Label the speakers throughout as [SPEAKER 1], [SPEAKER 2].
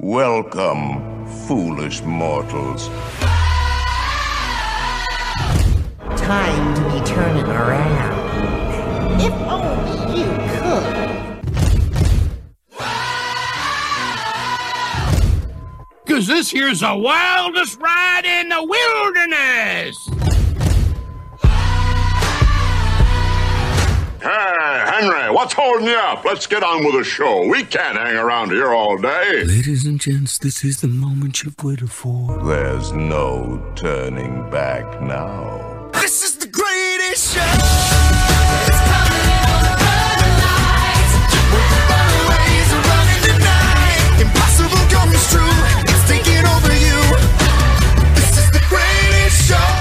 [SPEAKER 1] Welcome, foolish mortals.
[SPEAKER 2] Time to be turning around. If only you could.
[SPEAKER 3] Cause this here's the wildest ride in the wilderness!
[SPEAKER 4] Hey, Henry, what's holding you up? Let's get on with the show. We can't hang around here all day.
[SPEAKER 5] Ladies and gents, this is the moment you've waited for.
[SPEAKER 1] There's no turning back now.
[SPEAKER 5] This is the greatest show!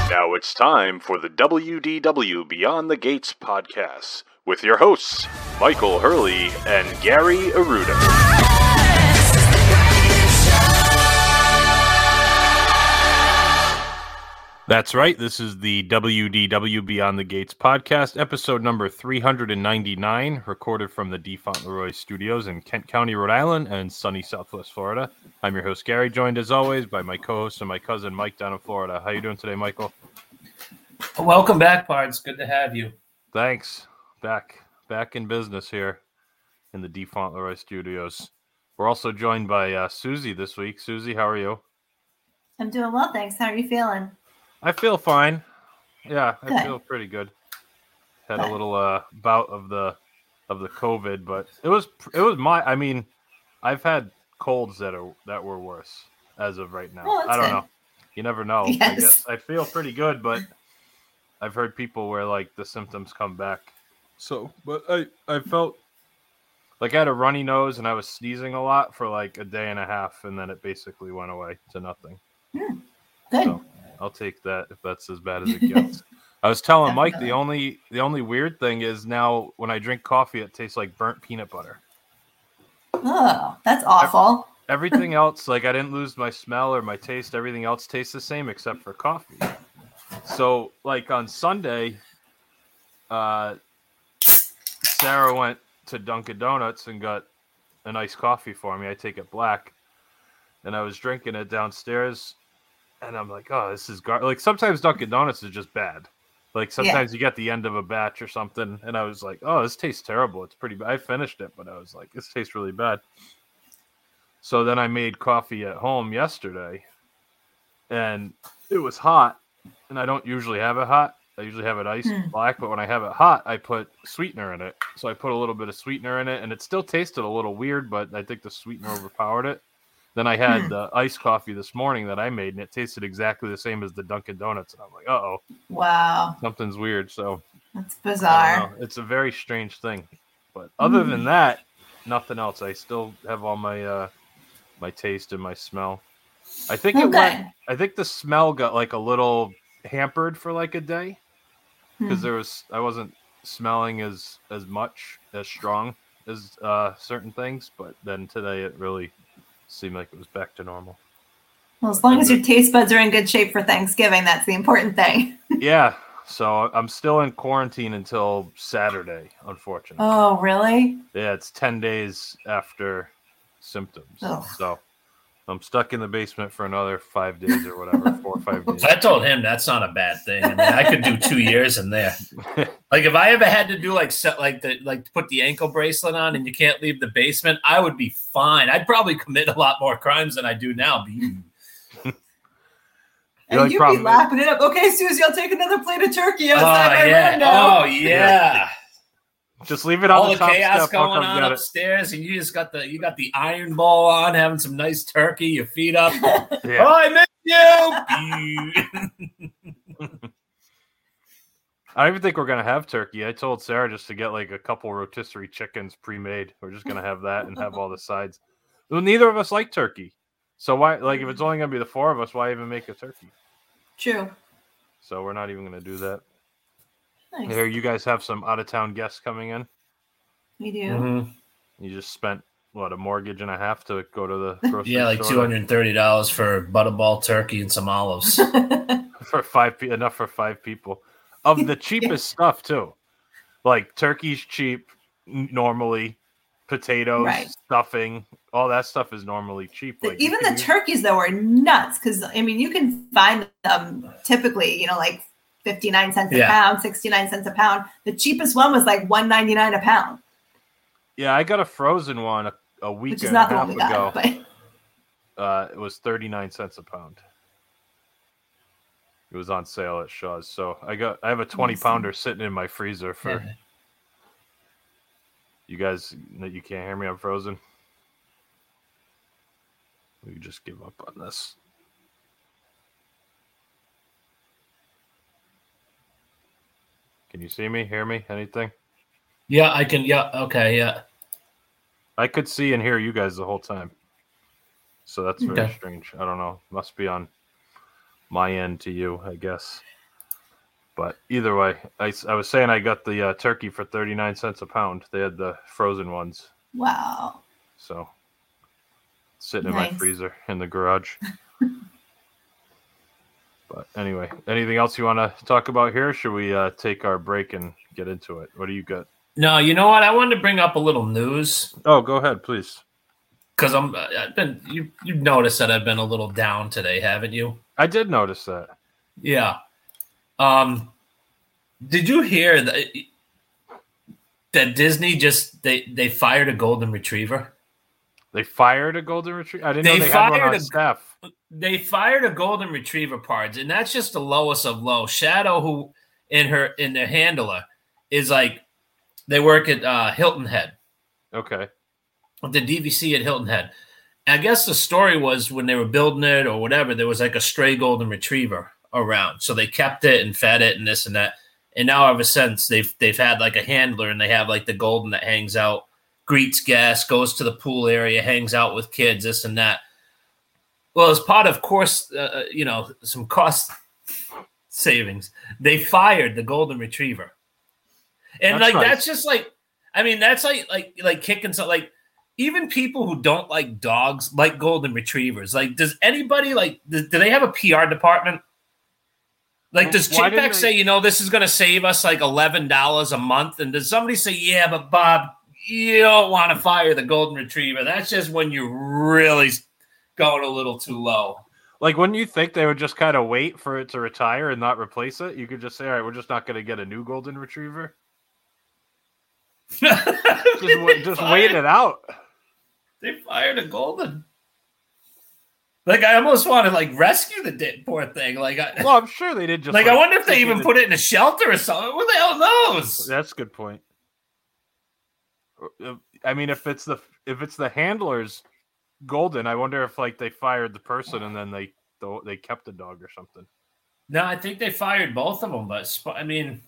[SPEAKER 6] Now it's time for the WDW Beyond the Gates podcast with your hosts, Michael Hurley and Gary Aruda. That's right. This is the WDW Beyond the Gates podcast, episode number 399, recorded from the D. Fauntleroy Studios in Kent County, Rhode Island, and sunny Southwest Florida. I'm your host, Gary, joined as always by my co host and my cousin, Mike, down in Florida. How you doing today, Michael?
[SPEAKER 7] Welcome back, Pards. Good to have you.
[SPEAKER 6] Thanks. Back back in business here in the D. Fauntleroy Studios. We're also joined by uh, Susie this week. Susie, how are you?
[SPEAKER 8] I'm doing well, thanks. How are you feeling?
[SPEAKER 6] I feel fine. Yeah, I
[SPEAKER 8] Good.
[SPEAKER 6] feel pretty good. Had a
[SPEAKER 8] Good.
[SPEAKER 6] little uh, bout of the of the COVID, but it was it was my. I mean, I've had colds that are that were worse as of right now.
[SPEAKER 8] Well, that's
[SPEAKER 6] I don't
[SPEAKER 8] good.
[SPEAKER 6] know. You never know. I
[SPEAKER 8] Yes.
[SPEAKER 6] guess I feel pretty good, but I've heard people where like the symptoms come back. So, but I I felt like I had a runny nose and I was sneezing a lot for like a day and a half, and then it basically went away to nothing.
[SPEAKER 8] Good.
[SPEAKER 6] So I'll take that if that's as bad as it gets. I was telling Mike the only the only weird thing is now when I drink coffee, it tastes like burnt peanut butter.
[SPEAKER 8] Oh, that's awful.
[SPEAKER 6] Everything else, like I didn't lose my smell or my taste. Everything else tastes the same except for coffee. So, like on Sunday, uh, Sarah went to Dunkin' Donuts and got an iced coffee for me. I take it black, and I was drinking it downstairs, and I'm like, "Oh, this is gar-. like sometimes Dunkin' Donuts is just bad. Like sometimes you get the end of a batch or something, and I was like, "Oh, this tastes terrible. It's pretty bad." I finished it, but I was like, "This tastes really bad." So then I made coffee at home yesterday, and it was hot. And I don't usually have it hot. I usually have it iced black, but when I have it hot, I put sweetener in it. So I put a little bit of sweetener in it, and it still tasted a little weird, but I think the sweetener overpowered it. Then I had the iced coffee this morning that I made, and it tasted exactly the same as the Dunkin' Donuts. And I'm like, uh oh,
[SPEAKER 8] Wow,
[SPEAKER 6] something's weird. So
[SPEAKER 8] that's
[SPEAKER 6] I don't
[SPEAKER 8] bizarre.
[SPEAKER 6] know. It's a very strange thing. But other than that, nothing else. I still have all my uh my taste and my smell. I think it went
[SPEAKER 8] Okay.
[SPEAKER 6] I think the smell got like a little hampered for like a day because there was I wasn't smelling as as much as strong as uh certain things, but then today it really seemed like it was back to normal.
[SPEAKER 8] Well, as long as your taste buds are in good shape for Thanksgiving, that's the important thing.
[SPEAKER 6] yeah, so I'm still in quarantine until Saturday, unfortunately.
[SPEAKER 8] Oh, really?
[SPEAKER 6] Yeah, it's 10 days after symptoms.
[SPEAKER 8] Ugh.
[SPEAKER 6] So I'm stuck in the basement for another five days or whatever, four or five days.
[SPEAKER 7] I told him that's not a bad thing. I mean, I could do two years in there. Like if I ever had to do like set like the like put the ankle bracelet on and you can't leave the basement, I would be fine. I'd probably commit a lot more crimes than I do now. Be-
[SPEAKER 6] The only
[SPEAKER 8] And you'd
[SPEAKER 6] problem
[SPEAKER 8] be
[SPEAKER 6] is-
[SPEAKER 8] lapping it up. Okay, Susie, I'll take another plate of turkey
[SPEAKER 7] Oh
[SPEAKER 8] outside my
[SPEAKER 7] yeah.
[SPEAKER 8] window.
[SPEAKER 7] Oh yeah.
[SPEAKER 6] Just leave it on
[SPEAKER 7] All
[SPEAKER 6] the
[SPEAKER 7] the
[SPEAKER 6] top
[SPEAKER 7] chaos
[SPEAKER 6] step. I'll
[SPEAKER 7] going
[SPEAKER 6] come
[SPEAKER 7] on
[SPEAKER 6] get it.
[SPEAKER 7] upstairs, and you just got the you got the iron ball on, having some nice turkey, your feet up.
[SPEAKER 6] Yeah.
[SPEAKER 7] Oh, I miss you.
[SPEAKER 6] I don't even think we're going to have turkey. I told Sarah just to get like a couple rotisserie chickens pre made. We're just going to have that and have all the sides. Well, neither of us like turkey. So why, like, if it's only going to be the four of us, why even make a turkey?
[SPEAKER 8] True.
[SPEAKER 6] So we're not even going to do that.
[SPEAKER 8] Nice.
[SPEAKER 6] Here, you guys have some out of town guests coming in.
[SPEAKER 8] We do.
[SPEAKER 6] Mm-hmm.
[SPEAKER 7] Mhm.
[SPEAKER 6] You just spent what a mortgage and a half to go to the grocery
[SPEAKER 7] Yeah, like two
[SPEAKER 6] store
[SPEAKER 7] hundred and thirty dollars for butterball turkey and some olives.
[SPEAKER 6] for five pe- enough for five people of the cheapest stuff too. Like turkey's cheap n- normally, potatoes,
[SPEAKER 8] Right.
[SPEAKER 6] stuffing, all that stuff is normally cheap.
[SPEAKER 8] The-
[SPEAKER 6] Like you
[SPEAKER 8] Even
[SPEAKER 6] can
[SPEAKER 8] the
[SPEAKER 6] use-
[SPEAKER 8] turkeys though are nuts because I mean you can find them typically you know like fifty nine cents a
[SPEAKER 7] Yeah.
[SPEAKER 8] pound, sixty nine cents a pound. The cheapest one was like one ninety nine a pound,
[SPEAKER 6] Yeah, I got a frozen one a, a week
[SPEAKER 8] which is
[SPEAKER 6] and a
[SPEAKER 8] not the one
[SPEAKER 6] half
[SPEAKER 8] we
[SPEAKER 6] ago.
[SPEAKER 8] got. But
[SPEAKER 6] uh, it was 39 cents a pound. It was on sale at Shaw's. So I got I have a 20 pounder sitting in my freezer for
[SPEAKER 7] Yeah.
[SPEAKER 6] you guys that you can't hear me, I'm frozen. We just give up on this. Can you see me? Hear me? Anything?
[SPEAKER 7] Yeah, I can. Yeah, okay, yeah.
[SPEAKER 6] I could see and hear you guys the whole time. So that's very
[SPEAKER 7] Okay.
[SPEAKER 6] strange. I don't know. Must be on my end to you, I guess. But either way, I, s- I was saying I got the uh, turkey for 39 cents a pound. They had the frozen ones.
[SPEAKER 8] wow,
[SPEAKER 6] So sitting in my
[SPEAKER 8] Nice.
[SPEAKER 6] freezer in the garage. but anyway, anything else you want to talk about here? Should we uh, take our break and get into it? What do you got?
[SPEAKER 7] No, you know what? I wanted to bring up a little news
[SPEAKER 6] Oh, go ahead, please.
[SPEAKER 7] because I'm. I've been. You you noticed that I've been a little down today, haven't you?
[SPEAKER 6] I did notice that.
[SPEAKER 7] Yeah. Um, did you hear that? That Disney just they they fired a golden retriever.
[SPEAKER 6] They fired a golden retriever. I didn't
[SPEAKER 7] They
[SPEAKER 6] know they had one
[SPEAKER 7] fired
[SPEAKER 6] on
[SPEAKER 7] a-
[SPEAKER 6] staff.
[SPEAKER 7] They fired a golden retriever pards, and that's just the lowest of low. Shadow, who in her in their handler, is like they work at uh, Hilton Head.
[SPEAKER 6] Okay.
[SPEAKER 7] the DVC at Hilton Head. I guess the story was when they were building it or whatever, there was like a stray golden retriever around, so they kept it and fed it and this and that. And now ever since they've they've had like a handler and they have like the golden that hangs out, greets guests, goes to the pool area, hangs out with kids, this and that. Well, as part of course, uh, you know, some cost savings, they fired the golden retriever, and
[SPEAKER 6] That's
[SPEAKER 7] like
[SPEAKER 6] nice.
[SPEAKER 7] that's just like, I mean, that's like like like kicking some like even people who don't like dogs like golden retrievers. Like, does anybody like? th- Do they have a PR department? Like, does
[SPEAKER 6] Why
[SPEAKER 7] Chick
[SPEAKER 6] didn't
[SPEAKER 7] Beck
[SPEAKER 6] they-
[SPEAKER 7] say, you know, this is going to save us like eleven dollars a month? And does somebody say, yeah, but Bob, you don't want to fire the golden retriever? That's just when you're really going a little too low.
[SPEAKER 6] Like, wouldn't you think they would just kind of wait for it to retire and not replace it? You could just say, all right, we're just not going to get a new golden retriever. Just, wa- just wait it out.
[SPEAKER 7] They fired a golden. Like, I almost want to like rescue the di- poor thing. Like, I.
[SPEAKER 6] Well, I'm sure they did just.
[SPEAKER 7] like, I wonder if they even
[SPEAKER 6] it.
[SPEAKER 7] put it in a shelter or something. Who the hell knows?
[SPEAKER 6] That's a good point. Uh, I mean, if it's the if it's the handlers, golden. I wonder if like they fired the person and then they they kept the dog or something.
[SPEAKER 7] No, I think they fired both of them, but Sp- I mean,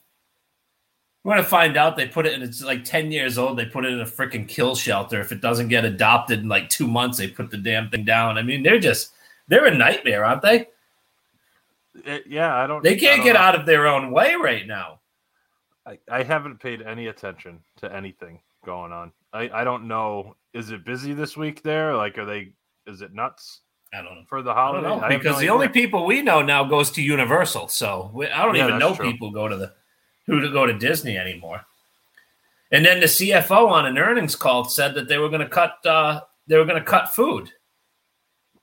[SPEAKER 7] we're gonna find out. They put it in. It's like ten years old. They put it in a freaking kill shelter. If it doesn't get adopted in like two months, they put the damn thing down. I mean, they're just they're a nightmare, aren't they?
[SPEAKER 6] It- Eh, yeah, I don't.
[SPEAKER 7] They can't
[SPEAKER 6] I
[SPEAKER 7] get
[SPEAKER 6] don't know.
[SPEAKER 7] out of their own way right now.
[SPEAKER 6] I, I haven't paid any attention to anything going on. I, I don't know. Is it busy this week there? Like, are they, is it nuts
[SPEAKER 7] I don't know.
[SPEAKER 6] for the
[SPEAKER 7] I don't
[SPEAKER 6] holiday?
[SPEAKER 7] know
[SPEAKER 6] I have
[SPEAKER 7] because
[SPEAKER 6] no
[SPEAKER 7] the only
[SPEAKER 6] idea.
[SPEAKER 7] people we know now goes to Universal. So we, I don't
[SPEAKER 6] Yeah,
[SPEAKER 7] even
[SPEAKER 6] that's
[SPEAKER 7] know
[SPEAKER 6] true.
[SPEAKER 7] people go to the who to go to Disney anymore. And then the CFO on an earnings call said that they were going to cut uh, they were going to cut food.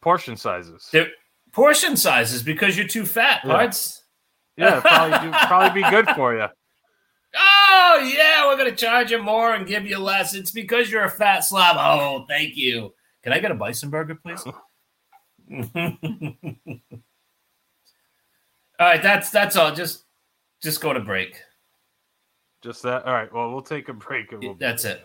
[SPEAKER 6] portion sizes.
[SPEAKER 7] They're portion sizes because you're too fat,
[SPEAKER 6] Yeah.
[SPEAKER 7] parts.
[SPEAKER 6] yeah, it'd probably, do, probably be good for you.
[SPEAKER 7] Oh yeah, we're gonna charge you more and give you less. It's because you're a fat slob. Oh, thank you. Can I get a bison burger, please? all right, that's that's all. Just just go to break.
[SPEAKER 6] Just that. All right. Well, we'll take a break. And we'll be
[SPEAKER 7] That's it.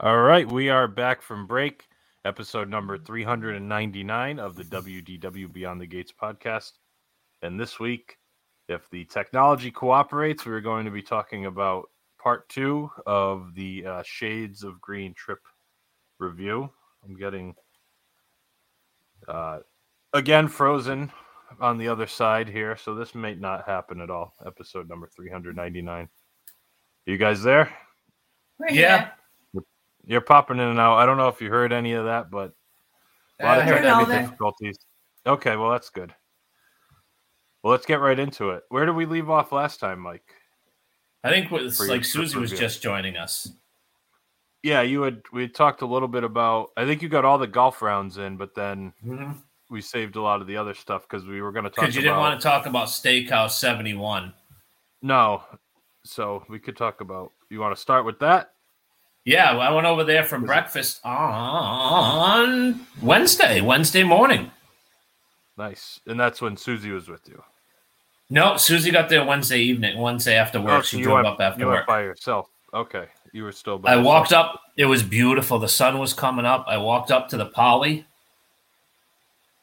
[SPEAKER 6] All right, we are back from break. Episode number 399 of the WDW Beyond the Gates podcast. And this week, if the technology cooperates, we're going to be talking about part two of the uh, Shades of Green trip review. I'm getting, uh, again, frozen on the other side here. So this may not happen at all. Episode number 399. You guys there?
[SPEAKER 8] We're
[SPEAKER 7] Yeah.
[SPEAKER 8] here.
[SPEAKER 6] You're popping in and out. I don't know if you heard any of that, but a lot
[SPEAKER 7] I
[SPEAKER 6] of
[SPEAKER 7] heard
[SPEAKER 8] all
[SPEAKER 6] technical
[SPEAKER 8] that.
[SPEAKER 6] difficulties. Okay, well that's good. Well, let's get right into it. Where did we leave off last time, Mike?
[SPEAKER 7] I think what it's
[SPEAKER 6] For your-
[SPEAKER 7] like Susie
[SPEAKER 6] for
[SPEAKER 7] was
[SPEAKER 6] good.
[SPEAKER 7] just joining us.
[SPEAKER 6] Yeah, you had we had talked a little bit about. I think you got all the golf rounds in, but then we saved a lot of the other stuff because we were going to talk.
[SPEAKER 7] Because you didn't
[SPEAKER 6] Mm-hmm. about-
[SPEAKER 7] want to talk about Steakhouse 71.
[SPEAKER 6] No, so we could talk about. You want to start with that?
[SPEAKER 7] Yeah, well, I went over there for breakfast on Wednesday, Wednesday morning.
[SPEAKER 6] Nice, and that's when Susie was with you.
[SPEAKER 7] No, Susie got there Wednesday evening, Wednesday after work.
[SPEAKER 6] Oh,
[SPEAKER 7] she
[SPEAKER 6] you
[SPEAKER 7] drove
[SPEAKER 6] went,
[SPEAKER 7] up after
[SPEAKER 6] you went
[SPEAKER 7] work.
[SPEAKER 6] by yourself. Okay, you were still. By
[SPEAKER 7] I
[SPEAKER 6] yourself.
[SPEAKER 7] walked up. It was beautiful. The sun was coming up. I walked up to the Poly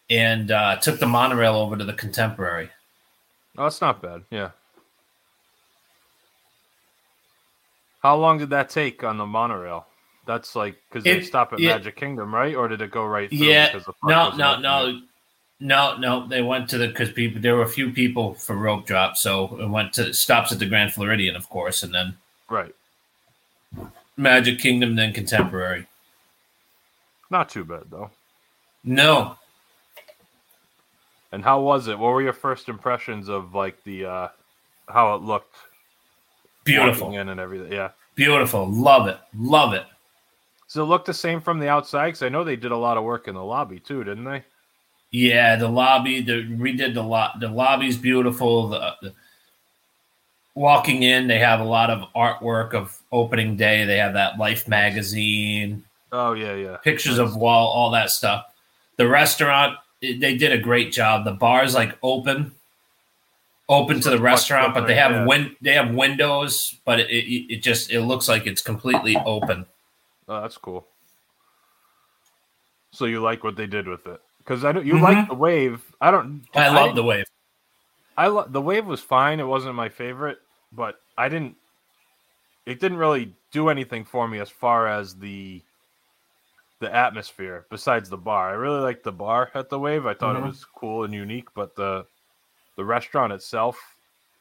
[SPEAKER 7] and uh, took the monorail over to the Contemporary.
[SPEAKER 6] Oh, that's not bad. Yeah. How long did that take on the monorail? That's like because they
[SPEAKER 7] It-
[SPEAKER 6] stop at
[SPEAKER 7] it-
[SPEAKER 6] Magic Kingdom, right? Or did it go right? Through
[SPEAKER 7] Yeah.
[SPEAKER 6] because the park
[SPEAKER 7] No,
[SPEAKER 6] wasn't
[SPEAKER 7] no,
[SPEAKER 6] open yet?
[SPEAKER 7] no. No, no, they went to the because people there were a few people for rope drop, so it went to stops at the Grand Floridian, of course, and then
[SPEAKER 6] Right.
[SPEAKER 7] Magic Kingdom, then Contemporary.
[SPEAKER 6] Not too bad though.
[SPEAKER 7] No,
[SPEAKER 6] And how was it? What were your first impressions of like the uh how it looked? walking
[SPEAKER 7] beautiful,
[SPEAKER 6] in and everything. Yeah.
[SPEAKER 7] beautiful, love it, love it.
[SPEAKER 6] Does it look the same from the outside? Because I know they did a lot of work in the lobby too, didn't they?
[SPEAKER 7] Yeah, the lobby, the redid the lot. The lobby's beautiful. The, the walking in, they have a lot of artwork of opening day. They have that Life magazine,
[SPEAKER 6] Oh yeah, yeah.
[SPEAKER 7] pictures of wall, all that stuff. The restaurant, it- they did a great job. The bar's like open, open to the restaurant, but they have
[SPEAKER 6] different,
[SPEAKER 7] win, they have windows, but it, it it just it looks like it's completely open.
[SPEAKER 6] Oh, that's cool. So you like what they did with it? Because I don't. You like the wave. I don't.
[SPEAKER 7] Mm-hmm. I love
[SPEAKER 6] didn't-
[SPEAKER 7] the wave.
[SPEAKER 6] I lo- the wave was fine. It wasn't my favorite, but I didn't. It didn't really do anything for me as far as the the atmosphere. Besides the bar, I really liked the bar at the wave. I thought it was cool and unique, but the the restaurant itself,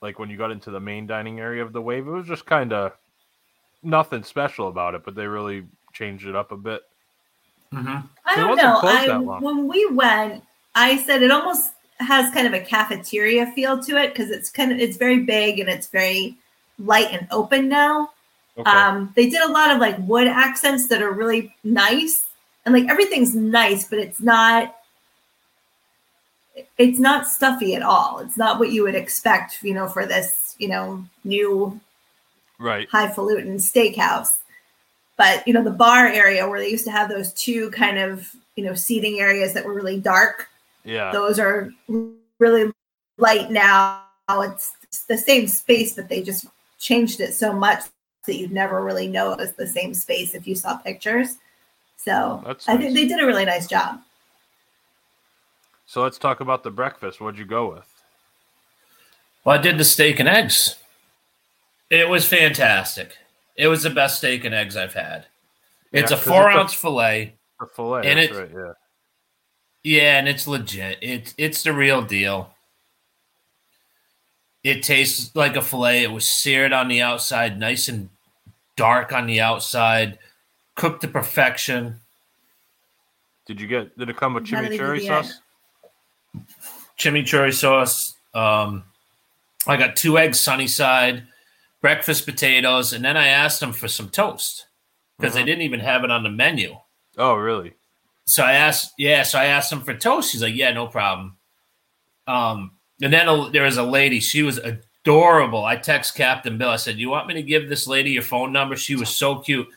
[SPEAKER 6] like when you got into the main dining area of the wave, it was just kind of nothing special about it. But they really changed it up a bit.
[SPEAKER 8] I
[SPEAKER 6] It
[SPEAKER 8] don't
[SPEAKER 6] wasn't
[SPEAKER 8] know.
[SPEAKER 6] closed
[SPEAKER 8] I,
[SPEAKER 6] that long.
[SPEAKER 8] when we went, I said it almost has kind of a cafeteria feel to it because it's kind of it's very big and it's very light and open now.
[SPEAKER 6] Okay.
[SPEAKER 8] Um, they did a lot of like wood accents that are really nice, and like everything's nice, but it's not. It's not stuffy at all. It's not what you would expect, you know, for this, you know, new
[SPEAKER 6] right.
[SPEAKER 8] highfalutin steakhouse. But you know, the bar area where they used to have those two kind of you know seating areas that were really dark,
[SPEAKER 6] Yeah.
[SPEAKER 8] those are really light now. It's, it's the same space, but they just changed it so much that you'd never really know it was the same space if you saw pictures. So
[SPEAKER 6] That's
[SPEAKER 8] I
[SPEAKER 6] nice.
[SPEAKER 8] think they did a really nice job.
[SPEAKER 6] So let's talk about the breakfast. What'd you go with?
[SPEAKER 7] Well, I did the steak and eggs. It was fantastic. It was the best steak and eggs I've had. It's
[SPEAKER 6] Yeah,
[SPEAKER 7] a
[SPEAKER 6] 'cause
[SPEAKER 7] four
[SPEAKER 6] it's a-
[SPEAKER 7] ounce fillet.
[SPEAKER 6] The fillet.
[SPEAKER 7] And
[SPEAKER 6] that's
[SPEAKER 7] it-
[SPEAKER 6] right, yeah.
[SPEAKER 7] Yeah, and it's legit. It's it's the real deal. It tastes like a fillet. It was seared on the outside, nice and dark on the outside, cooked to perfection.
[SPEAKER 6] Did you get? Did it come with
[SPEAKER 8] How did they do
[SPEAKER 6] chimichurri
[SPEAKER 8] the
[SPEAKER 6] sauce?
[SPEAKER 7] Chimichurri sauce. Um, I got two eggs sunny side, breakfast potatoes, and then I asked them for some toast because they didn't even have it on the menu.
[SPEAKER 6] Oh, really?
[SPEAKER 7] so I asked, yeah, so I asked him for toast. He's like, yeah, no problem. Um, and then a, there was a lady. She was adorable. I text Captain Bill. I said, you want me to give this lady your phone number? She was so cute.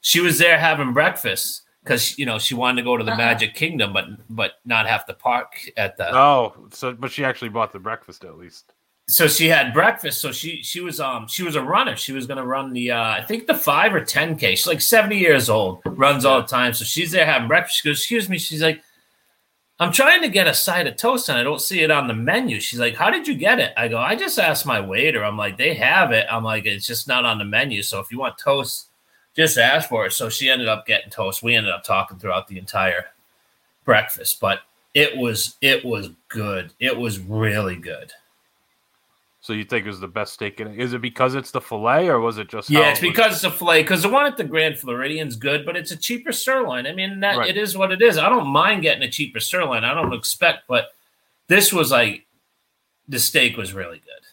[SPEAKER 7] She was there having breakfast because you know she wanted to go to the Magic Kingdom, but but not have to park at the.
[SPEAKER 6] Oh, so but she actually bought the breakfast at least.
[SPEAKER 7] so she had breakfast. So she she was um she was a runner. She was gonna run the uh I think the five or ten k. She's like seventy years old, runs all the time. So she's there having breakfast. She goes, "Excuse me." She's like, "I'm trying to get a side of toast and I don't see it on the menu." She's like, "How did you get it?" I go, "I just asked my waiter." I'm like, "They have it." I'm like, "It's just not on the menu. So if you want toast, just ask for it." So she ended up getting toast. We ended up talking throughout the entire breakfast, but it was it was good. It was really good.
[SPEAKER 6] So you think it was the best steak? In it? Is it because it's the fillet, or was it just? how
[SPEAKER 7] Yeah, it's
[SPEAKER 6] it was-
[SPEAKER 7] because it's a fillet. Because the one at the Grand Floridian's good, but it's a cheaper sirloin. I mean, that
[SPEAKER 6] Right.
[SPEAKER 7] it is what it is. I don't mind getting a cheaper sirloin. I don't expect, but this was like the steak was really good.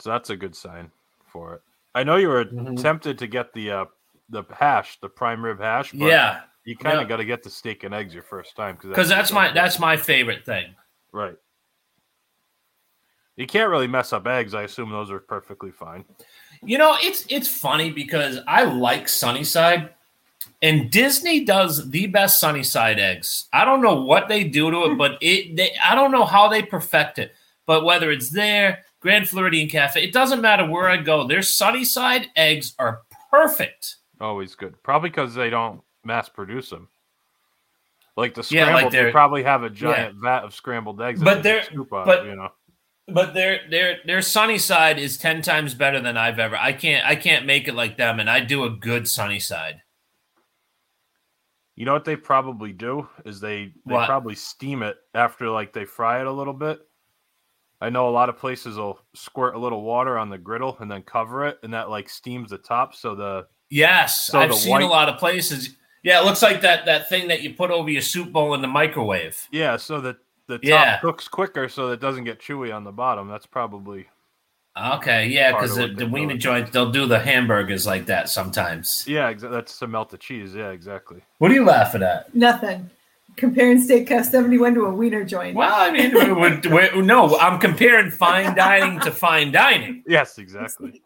[SPEAKER 6] So that's a good sign for it. I know you were
[SPEAKER 7] Mm-hmm.
[SPEAKER 6] tempted to get the uh, the hash, the prime rib hash. But
[SPEAKER 7] yeah,
[SPEAKER 6] you kind of
[SPEAKER 7] yeah.
[SPEAKER 6] got to get the steak and eggs your first time
[SPEAKER 7] because that's my that's my favorite thing.
[SPEAKER 6] right. You can't really mess up eggs. I assume those are perfectly fine.
[SPEAKER 7] You know, it's it's funny because I like Sunnyside, and Disney does the best Sunnyside eggs. I don't know what they do to it, but it they, I don't know how they perfect it. But whether it's there, Grand Floridian Cafe, it doesn't matter where I go. Their Sunnyside eggs are perfect.
[SPEAKER 6] Always good. Probably because they don't mass produce them. Like the
[SPEAKER 7] Yeah, like
[SPEAKER 6] scrambled, they
[SPEAKER 7] they're-
[SPEAKER 6] probably have a giant vat of scrambled eggs. that
[SPEAKER 7] But
[SPEAKER 6] they just
[SPEAKER 7] they're-
[SPEAKER 6] scoop out,
[SPEAKER 7] but-
[SPEAKER 6] you know,
[SPEAKER 7] But their their their Sunnyside is ten times better than I've ever. I can't I can't make it like them, and I do a good Sunnyside.
[SPEAKER 6] you know what they probably do is they they
[SPEAKER 7] What?
[SPEAKER 6] probably steam it after like they fry it a little bit. I know a lot of places will squirt a little water on the griddle and then cover it, and that like steams the top. So the
[SPEAKER 7] Yes,
[SPEAKER 6] So
[SPEAKER 7] I've
[SPEAKER 6] the
[SPEAKER 7] seen
[SPEAKER 6] white-
[SPEAKER 7] a lot of places. Yeah, it looks like that that thing that you put over your soup bowl in the microwave.
[SPEAKER 6] yeah, so that the top
[SPEAKER 7] Yeah.
[SPEAKER 6] cooks quicker, so that it doesn't get chewy on the bottom. That's probably
[SPEAKER 7] Okay, yeah,
[SPEAKER 6] Part of
[SPEAKER 7] because the,
[SPEAKER 6] what
[SPEAKER 7] the
[SPEAKER 6] they
[SPEAKER 7] wiener
[SPEAKER 6] do.
[SPEAKER 7] joints they'll do the hamburgers like that sometimes.
[SPEAKER 6] yeah, exa- that's to melt the cheese. Yeah, exactly.
[SPEAKER 7] What are you laughing at?
[SPEAKER 8] Nothing. Comparing Steakhouse 71 to a wiener joint.
[SPEAKER 7] Well, I mean, we would- we- no, I'm comparing fine dining to fine dining.
[SPEAKER 6] Yes, exactly.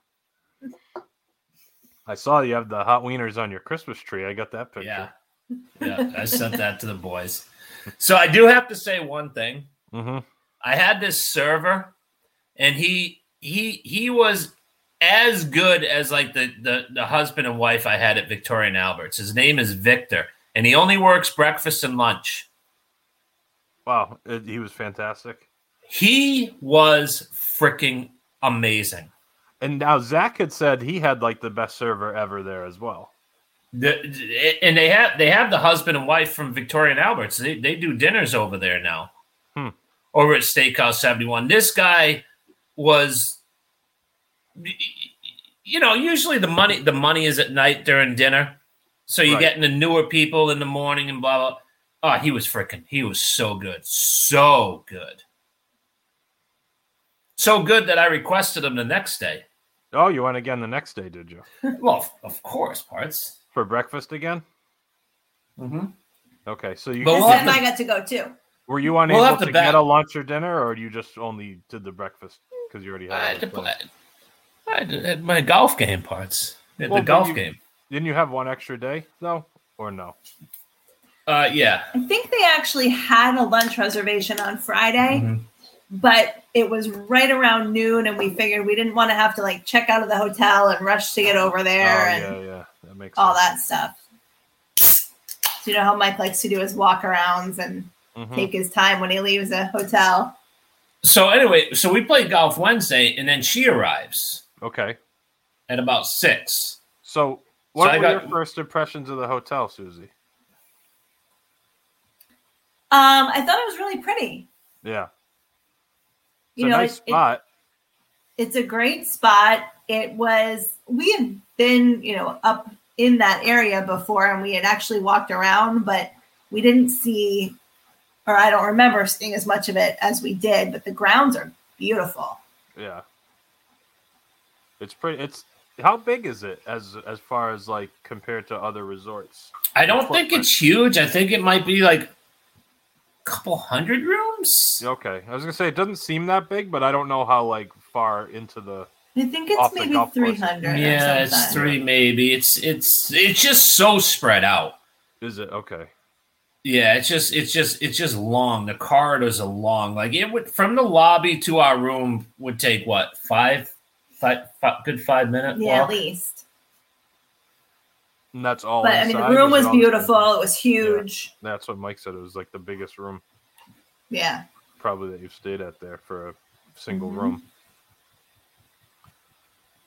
[SPEAKER 6] I saw you have the hot wieners on your Christmas tree. I got that picture.
[SPEAKER 7] Yeah, yeah, I sent that to the boys. So I do have to say one thing.
[SPEAKER 6] hmm
[SPEAKER 7] I had this server, and he he he was as good as like the the, the husband and wife I had at Victoria and Alberts. His name is Victor, and he only works breakfast and lunch.
[SPEAKER 6] Wow, it, he was fantastic.
[SPEAKER 7] He was freaking amazing.
[SPEAKER 6] And now Zach had said he had like the best server ever there as well.
[SPEAKER 7] The, and they have they have the husband and wife from Victoria and Alberts. They they do dinners over there now.
[SPEAKER 6] Hmm.
[SPEAKER 7] Over at Steakhouse 71. This guy was you know, usually the money the money is at night during dinner. So you're
[SPEAKER 6] Right.
[SPEAKER 7] getting the newer people in the morning and blah blah. Oh, he was freaking he was so good. So good. So good that I requested him the next day.
[SPEAKER 6] Oh, you went again the next day, did you?
[SPEAKER 7] Well, of- of course, parts.
[SPEAKER 6] For breakfast again?
[SPEAKER 7] Mm-hmm.
[SPEAKER 6] Okay, so you
[SPEAKER 7] But
[SPEAKER 8] So
[SPEAKER 7] we'll
[SPEAKER 8] then
[SPEAKER 7] have
[SPEAKER 8] I
[SPEAKER 7] to,
[SPEAKER 8] got to go too.
[SPEAKER 6] were you unable
[SPEAKER 7] have
[SPEAKER 6] to
[SPEAKER 7] to
[SPEAKER 6] get
[SPEAKER 7] back-
[SPEAKER 6] a lunch or dinner, or you just only did the breakfast because you already
[SPEAKER 7] I
[SPEAKER 6] had?
[SPEAKER 7] had to
[SPEAKER 6] other
[SPEAKER 7] play.
[SPEAKER 6] plans?
[SPEAKER 7] I had to- at my golf game parts. At
[SPEAKER 6] Well,
[SPEAKER 7] the
[SPEAKER 6] but
[SPEAKER 7] golf
[SPEAKER 6] you-
[SPEAKER 7] game.
[SPEAKER 6] Didn't you have one extra day though, or no?
[SPEAKER 7] Uh, yeah.
[SPEAKER 8] I think they actually had a lunch reservation on Friday,
[SPEAKER 6] Mm-hmm.
[SPEAKER 8] but it was right around noon, and we figured we didn't want to have to like check out of the hotel and rush to get over
[SPEAKER 6] Oh,
[SPEAKER 8] there and
[SPEAKER 6] yeah, yeah, that makes
[SPEAKER 8] all
[SPEAKER 6] sense.
[SPEAKER 8] that stuff. So you know how Mike likes to do his walk arounds and
[SPEAKER 6] Mhm.
[SPEAKER 8] take his time when he leaves a hotel.
[SPEAKER 7] So anyway, so we played golf Wednesday, and then she arrives
[SPEAKER 6] Okay,
[SPEAKER 7] at about six.
[SPEAKER 6] so what
[SPEAKER 7] I
[SPEAKER 6] were your
[SPEAKER 7] got-
[SPEAKER 6] first impressions of the hotel, Susie?
[SPEAKER 8] Um, I thought it was really pretty.
[SPEAKER 6] Yeah, it's
[SPEAKER 8] You
[SPEAKER 6] a
[SPEAKER 8] know,
[SPEAKER 6] nice
[SPEAKER 8] it- it-
[SPEAKER 6] spot.
[SPEAKER 8] it's a great spot. It was we had been, you know, up in that area before and we had actually walked around, but we didn't see or I don't remember seeing as much of it as we did, but the grounds are beautiful.
[SPEAKER 6] Yeah, it's pretty. It's how big is it as as far as like compared to other resorts?
[SPEAKER 7] I don't think it's huge. I think it might be like a couple hundred rooms.
[SPEAKER 6] Okay, I was gonna say it doesn't seem that big, but I don't know how like far into the
[SPEAKER 8] I think it's
[SPEAKER 6] Off the
[SPEAKER 8] maybe
[SPEAKER 6] golf course.
[SPEAKER 8] three hundred.
[SPEAKER 7] Yeah, it's three maybe. It's it's it's just so spread out.
[SPEAKER 6] is it. Okay,
[SPEAKER 7] Yeah, it's just it's just it's just long. The corridors are long. Like it would from the lobby to our room would take what five, five, five good five minute
[SPEAKER 8] Yeah,
[SPEAKER 7] walk.
[SPEAKER 8] at least.
[SPEAKER 6] And that's all.
[SPEAKER 8] But I mean, the
[SPEAKER 6] Oh, inside,
[SPEAKER 8] room was
[SPEAKER 6] it all-
[SPEAKER 8] beautiful. It was huge.
[SPEAKER 6] That's what Mike said. It was like the biggest room
[SPEAKER 8] Yeah.
[SPEAKER 6] probably that you've stayed at there for a single
[SPEAKER 8] Mhm.
[SPEAKER 6] room.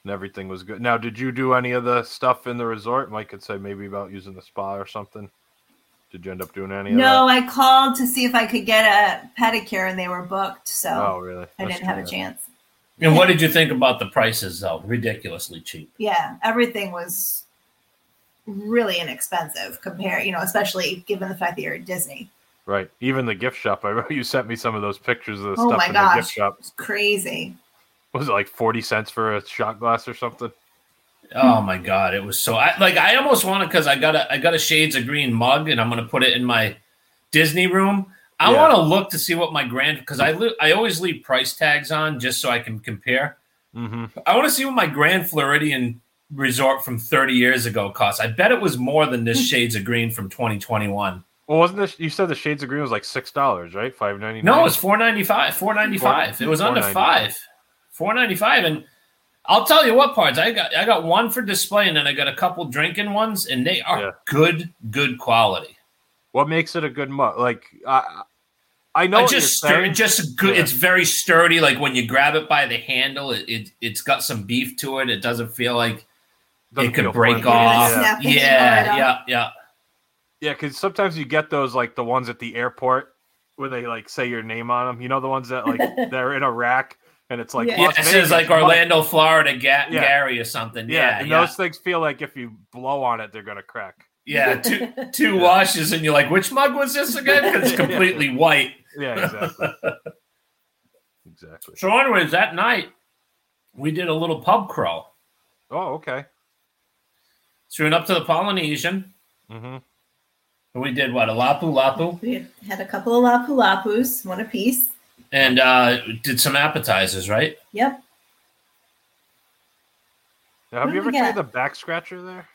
[SPEAKER 6] And everything was good. Now, did you do any of the stuff in the resort? Mike could say maybe about using the spa or something. Did you end up doing any
[SPEAKER 8] No,
[SPEAKER 6] of
[SPEAKER 8] I called to see if I could get a pedicure, and they were booked, so
[SPEAKER 6] that? Oh, really?
[SPEAKER 8] I
[SPEAKER 6] That's
[SPEAKER 8] didn't have
[SPEAKER 6] too
[SPEAKER 8] a
[SPEAKER 6] bad.
[SPEAKER 8] chance.
[SPEAKER 7] And what did you think about the prices though? Ridiculously cheap.
[SPEAKER 8] Yeah, everything was really inexpensive compared, you know, especially given the fact that you're at Disney.
[SPEAKER 6] Right. Even the gift shop. I remember you sent me some of those pictures of the
[SPEAKER 8] Oh
[SPEAKER 6] stuff
[SPEAKER 8] my
[SPEAKER 6] in the gift
[SPEAKER 8] gosh,
[SPEAKER 6] shop.
[SPEAKER 8] it's crazy.
[SPEAKER 6] Was it like 40 cents for a shot glass or something?
[SPEAKER 7] Oh my god, it was so. I like I almost want to because I got a I got a shades of green mug and I'm gonna put it in my Disney room. I
[SPEAKER 6] Yeah.
[SPEAKER 7] want to look to see what my grand because I li- I always leave price tags on just so I can compare.
[SPEAKER 6] Mm-hmm.
[SPEAKER 7] I want to see what my Grand Floridian resort from 30 years ago cost. I bet it was more than this Shades of Green from 2021.
[SPEAKER 6] Well, wasn't this? You said the Shades of Green was like $6, right? Five ninety nine.
[SPEAKER 7] No, it was 495. 495. It was under
[SPEAKER 6] 495.
[SPEAKER 7] five. 495. And I'll tell you what parts I got. I got one for display, and then I got a couple drinking ones, and they are
[SPEAKER 6] Yeah.
[SPEAKER 7] good, good quality.
[SPEAKER 6] What makes it a good mug? Like, I, I know
[SPEAKER 7] I
[SPEAKER 6] what
[SPEAKER 7] just
[SPEAKER 6] you're
[SPEAKER 7] stir,
[SPEAKER 6] saying.
[SPEAKER 7] just good.
[SPEAKER 6] Yeah.
[SPEAKER 7] It's very sturdy. Like when you grab it by the handle, it, it it's got some beef to it. It doesn't feel like
[SPEAKER 6] Doesn't
[SPEAKER 7] it could
[SPEAKER 6] feel
[SPEAKER 7] break
[SPEAKER 6] flimsy.
[SPEAKER 7] off.
[SPEAKER 6] Yeah.
[SPEAKER 8] Snap it,
[SPEAKER 7] yeah,
[SPEAKER 8] right off.
[SPEAKER 7] yeah, yeah.
[SPEAKER 6] Yeah, because sometimes you get those like the ones at the airport where they like say your name on them. You know the ones that like they're in a rack and it's like
[SPEAKER 8] Yeah.
[SPEAKER 7] Yeah,
[SPEAKER 6] Las
[SPEAKER 7] it
[SPEAKER 6] Vegas,
[SPEAKER 7] says like
[SPEAKER 6] Mike.
[SPEAKER 7] Orlando, Florida, Ga-
[SPEAKER 6] Yeah.
[SPEAKER 7] Gary or something.
[SPEAKER 6] Yeah,
[SPEAKER 7] Yeah,
[SPEAKER 6] and
[SPEAKER 7] yeah,
[SPEAKER 6] those things feel like if you blow on it, they're gonna crack.
[SPEAKER 7] yeah. Two two washes, and you're like, which mug was this again? 'Cause it's completely white.
[SPEAKER 6] Yeah, exactly. exactly.
[SPEAKER 7] So, anyways, that night we did a little pub crawl.
[SPEAKER 6] Oh, okay.
[SPEAKER 7] So we went up to the Polynesian,
[SPEAKER 6] Mm-hmm.
[SPEAKER 7] and we did what a lapu lapu,
[SPEAKER 8] We had- had a couple of lapu lapus, one apiece.
[SPEAKER 7] and uh, did some appetizers, right?
[SPEAKER 8] Yep.
[SPEAKER 6] Now, have you
[SPEAKER 8] What do
[SPEAKER 6] ever
[SPEAKER 8] we
[SPEAKER 6] tried
[SPEAKER 8] got?
[SPEAKER 6] the back scratcher there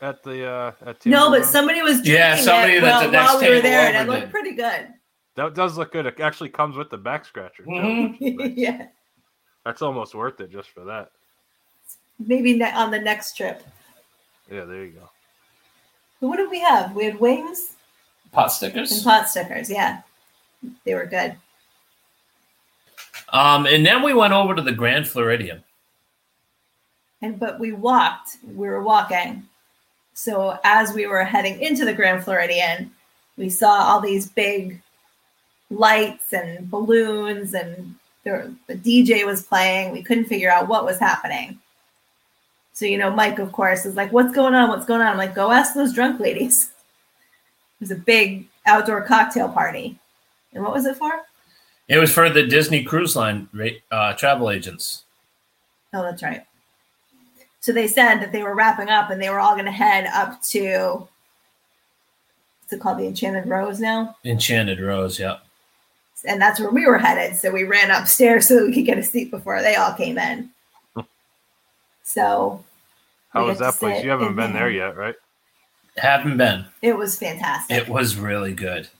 [SPEAKER 6] at the uh at
[SPEAKER 8] No,
[SPEAKER 6] Tampa
[SPEAKER 8] but
[SPEAKER 6] Bay?
[SPEAKER 8] somebody was drinking
[SPEAKER 7] Yeah, somebody
[SPEAKER 8] it
[SPEAKER 7] that's
[SPEAKER 8] while,
[SPEAKER 7] the next
[SPEAKER 8] while we were
[SPEAKER 7] table
[SPEAKER 8] there, and it
[SPEAKER 7] over
[SPEAKER 8] looked
[SPEAKER 7] did.
[SPEAKER 8] pretty good.
[SPEAKER 6] that does look good. It actually comes with the back scratcher. too.
[SPEAKER 7] Mhm.
[SPEAKER 8] yeah,
[SPEAKER 6] That's almost worth it just for that.
[SPEAKER 8] maybe ne- on the next trip.
[SPEAKER 6] Yeah, there you go.
[SPEAKER 8] What did we have? We had wings
[SPEAKER 7] Pot
[SPEAKER 8] and
[SPEAKER 7] stickers.
[SPEAKER 8] pot stickers. Yeah, they were good.
[SPEAKER 7] Um, and then we went over to the Grand Floridian.
[SPEAKER 8] and but we walked we were walking so as we were heading into the grand floridian we saw all these big lights and balloons and there, the dj was playing we couldn't figure out what was happening so you know mike of course is like what's going on what's going on i'm like go ask those drunk ladies it was a big outdoor cocktail party and what was it for
[SPEAKER 7] It was for the Disney Cruise Line ra- uh, travel agents.
[SPEAKER 8] Oh, that's right. So they said that they were wrapping up and they were all going to head up to what's it called, the Enchanted Rose now,
[SPEAKER 7] Enchanted Rose, yeah.
[SPEAKER 8] and that's where we were headed. So we ran upstairs so that we could get a seat before they all came in. So
[SPEAKER 6] How
[SPEAKER 8] We
[SPEAKER 6] was
[SPEAKER 8] got to
[SPEAKER 6] that place?
[SPEAKER 8] sit
[SPEAKER 6] You haven't
[SPEAKER 8] in
[SPEAKER 6] been there
[SPEAKER 8] there.
[SPEAKER 6] yet, right?
[SPEAKER 7] Haven't been.
[SPEAKER 8] it was fantastic.
[SPEAKER 7] It was really good.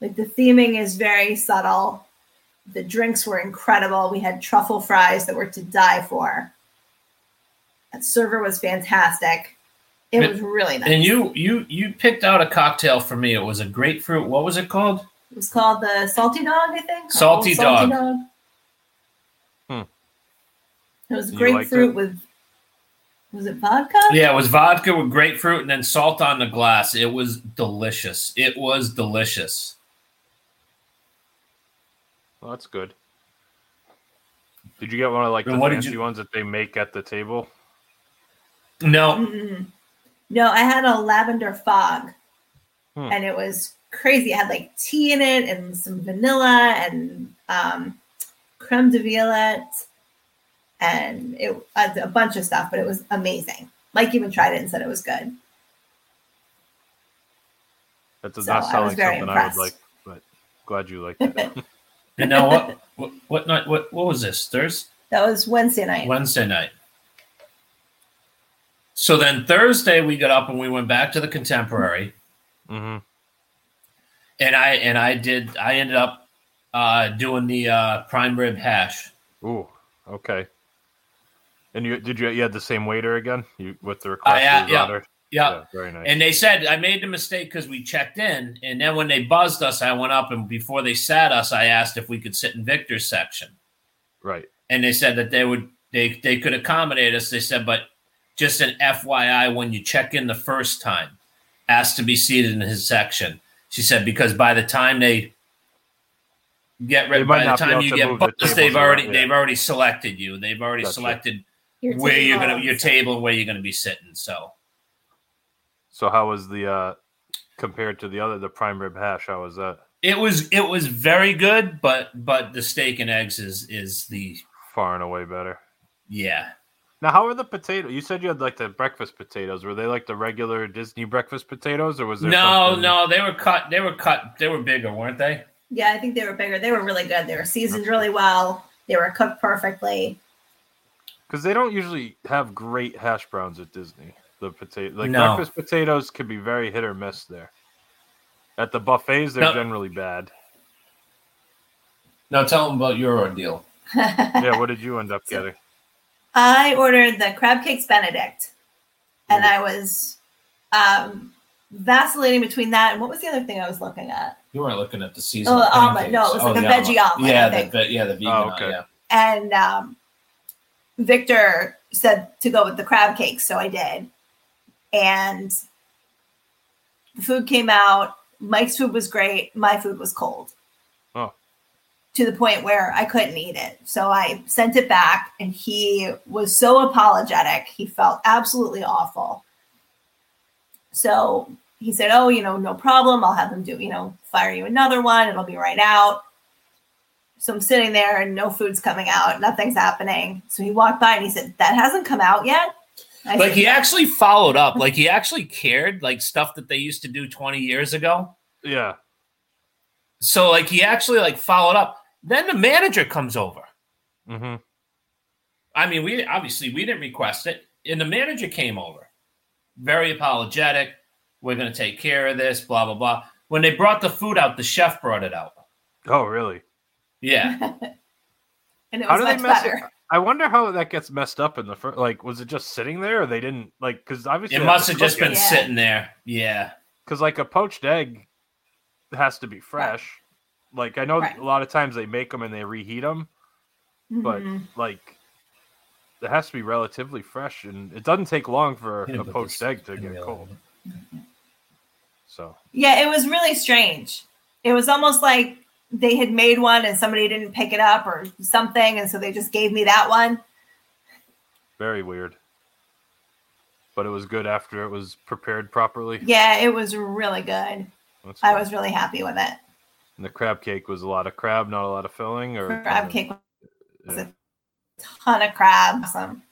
[SPEAKER 8] Like the theming is very subtle. The drinks were incredible. We had truffle fries that were to die for. That server was fantastic. It
[SPEAKER 7] But-
[SPEAKER 8] was really nice.
[SPEAKER 7] And you you you picked out a cocktail for me. It was a grapefruit. What was it called?
[SPEAKER 8] It was called the Salty Dog, I think.
[SPEAKER 7] Salty
[SPEAKER 8] Old
[SPEAKER 7] Dog.
[SPEAKER 8] Salty Dog.
[SPEAKER 6] Hmm.
[SPEAKER 8] It was
[SPEAKER 6] You liked
[SPEAKER 8] grapefruit
[SPEAKER 6] it?
[SPEAKER 8] with. Was it vodka?
[SPEAKER 7] Yeah, it was vodka with grapefruit and then salt on the glass. It was delicious. It was delicious.
[SPEAKER 6] Well, that's good. Did you get one of like the
[SPEAKER 7] And what did
[SPEAKER 6] fancy
[SPEAKER 7] you-
[SPEAKER 6] ones that they make at the table?
[SPEAKER 7] No,
[SPEAKER 8] Mm-mm. Mm-hmm. No, I had a lavender fog,
[SPEAKER 6] Hmm.
[SPEAKER 8] and it was crazy. It had like tea in it and some vanilla and um, creme de violette, and it a, a bunch of stuff. But it was amazing. Mike even tried it and said it was good.
[SPEAKER 6] That does
[SPEAKER 8] So,
[SPEAKER 6] not
[SPEAKER 8] I
[SPEAKER 6] sound
[SPEAKER 8] was
[SPEAKER 6] like
[SPEAKER 8] very
[SPEAKER 6] something I
[SPEAKER 8] impressed.
[SPEAKER 6] would like, but glad you liked it.
[SPEAKER 7] you know what? What, what night? What what was this? Thursday,
[SPEAKER 8] That was Wednesday night.
[SPEAKER 7] Wednesday night. So then Thursday we got up and we went back to the Contemporary.
[SPEAKER 6] hmm
[SPEAKER 7] and I and I did. I ended up uh, doing the uh, prime rib hash.
[SPEAKER 6] Ooh, okay. And you did you you had the same waiter again? You with the request?
[SPEAKER 7] I, uh,
[SPEAKER 6] you
[SPEAKER 7] yeah,
[SPEAKER 6] ordered?
[SPEAKER 7] Yeah.
[SPEAKER 6] very nice.
[SPEAKER 7] And they said I made the mistake because we checked in, and then when they buzzed us, I went up and before they sat us, I asked if we could sit in Victor's section,
[SPEAKER 6] right.
[SPEAKER 7] and they said that they would they they could accommodate us. They said, but just an FYI, when you check in the first time, ask to be seated in his section. She said because by the time they get
[SPEAKER 6] They
[SPEAKER 7] ready,
[SPEAKER 6] might
[SPEAKER 7] by the
[SPEAKER 6] not be
[SPEAKER 7] time
[SPEAKER 6] able
[SPEAKER 7] you
[SPEAKER 6] to
[SPEAKER 7] get
[SPEAKER 6] move the
[SPEAKER 7] buzzed,
[SPEAKER 6] tables
[SPEAKER 7] they've
[SPEAKER 6] around,
[SPEAKER 7] already
[SPEAKER 6] yeah.
[SPEAKER 7] they've already selected you. They've already
[SPEAKER 6] Gotcha.
[SPEAKER 7] selected
[SPEAKER 8] Your
[SPEAKER 7] where you're gonna
[SPEAKER 8] table.
[SPEAKER 7] your table and where you're gonna be sitting. So.
[SPEAKER 6] So how was the uh compared to the other the prime rib hash? How was that
[SPEAKER 7] It was it was very good, but but the steak and eggs is is the
[SPEAKER 6] far and away better?
[SPEAKER 7] yeah.
[SPEAKER 6] Now, how are the potato? You said you had like the breakfast potatoes. Were they like the regular Disney breakfast potatoes, or was there
[SPEAKER 7] No,
[SPEAKER 6] something-
[SPEAKER 7] no, they were cut. They were cut. They were bigger, weren't they?
[SPEAKER 8] Yeah, I think they were bigger. They were really good. They were seasoned really well. They were cooked perfectly.
[SPEAKER 6] Because they don't usually have great hash browns at Disney. The potato, like
[SPEAKER 7] No.
[SPEAKER 6] breakfast potatoes, can be very hit or miss there. At the buffets, they're
[SPEAKER 7] No.
[SPEAKER 6] generally bad.
[SPEAKER 7] Now tell them about your ordeal.
[SPEAKER 6] Yeah, what did you end up getting?
[SPEAKER 8] I ordered the crab cakes Benedict, and I was um, vacillating between that and what was the other thing I was looking at?
[SPEAKER 7] You weren't looking at the season.
[SPEAKER 8] Oh, the omelet. No, it was like a veggie omelet, I
[SPEAKER 7] Yeah, the
[SPEAKER 8] think.
[SPEAKER 7] ve- yeah, the vegan.
[SPEAKER 6] Oh,
[SPEAKER 7] omelet,
[SPEAKER 6] okay.
[SPEAKER 7] yeah.
[SPEAKER 8] And um, Victor said to go with the crab cakes, so I did. And the food came out. Mike's food was great. My food was cold.
[SPEAKER 6] Oh.
[SPEAKER 8] to the point where I couldn't eat it. So I sent it back, and he was so apologetic. He felt absolutely awful. So he said, Oh, you know, no problem. I'll have them do, you know, fire you another one. It'll be right out. So I'm sitting there, and no food's coming out. Nothing's happening. So he walked by and he said, That hasn't come out yet. I
[SPEAKER 7] Like
[SPEAKER 8] said,
[SPEAKER 7] he actually followed up. Like he actually cared. Like stuff that they used to do twenty years ago.
[SPEAKER 6] Yeah,
[SPEAKER 7] So like he actually like followed up. Then the manager comes over.
[SPEAKER 6] hmm
[SPEAKER 7] I mean, we obviously we didn't request it, and the manager came over, very apologetic. We're going to take care of this, blah blah blah. When they brought the food out, the chef brought it out.
[SPEAKER 6] Oh, really?
[SPEAKER 7] Yeah,
[SPEAKER 8] and it
[SPEAKER 6] How
[SPEAKER 8] was
[SPEAKER 6] do they
[SPEAKER 8] much
[SPEAKER 6] mess? It?
[SPEAKER 8] better.
[SPEAKER 6] I wonder how that gets messed up in the first. Like, was it just sitting there, or they didn't like? Because obviously
[SPEAKER 7] it
[SPEAKER 6] they
[SPEAKER 7] must
[SPEAKER 6] to
[SPEAKER 7] have just
[SPEAKER 6] cook
[SPEAKER 7] been
[SPEAKER 8] Yeah.
[SPEAKER 7] sitting there. Yeah,
[SPEAKER 6] because like a poached egg has to be fresh. Like I know
[SPEAKER 8] Right.
[SPEAKER 6] a lot of times they make them and they reheat them, but
[SPEAKER 8] Mhm.
[SPEAKER 6] like it has to be relatively fresh, and it doesn't take long for
[SPEAKER 7] Yeah,
[SPEAKER 6] a
[SPEAKER 7] but
[SPEAKER 6] poached
[SPEAKER 7] this-
[SPEAKER 6] egg to get cold. So
[SPEAKER 8] Yeah, it was really strange. It was almost like they had made one and somebody didn't pick it up or something, and so they just gave me that one.
[SPEAKER 6] very weird, but it was good after it was prepared properly.
[SPEAKER 8] Yeah, it was really good.
[SPEAKER 6] That's
[SPEAKER 8] I
[SPEAKER 6] good.
[SPEAKER 8] was really happy with it.
[SPEAKER 6] And the crab cake was a lot of crab, not a lot of filling, or
[SPEAKER 8] Crab cake was
[SPEAKER 6] Yeah.
[SPEAKER 8] a ton of crab. Awesome.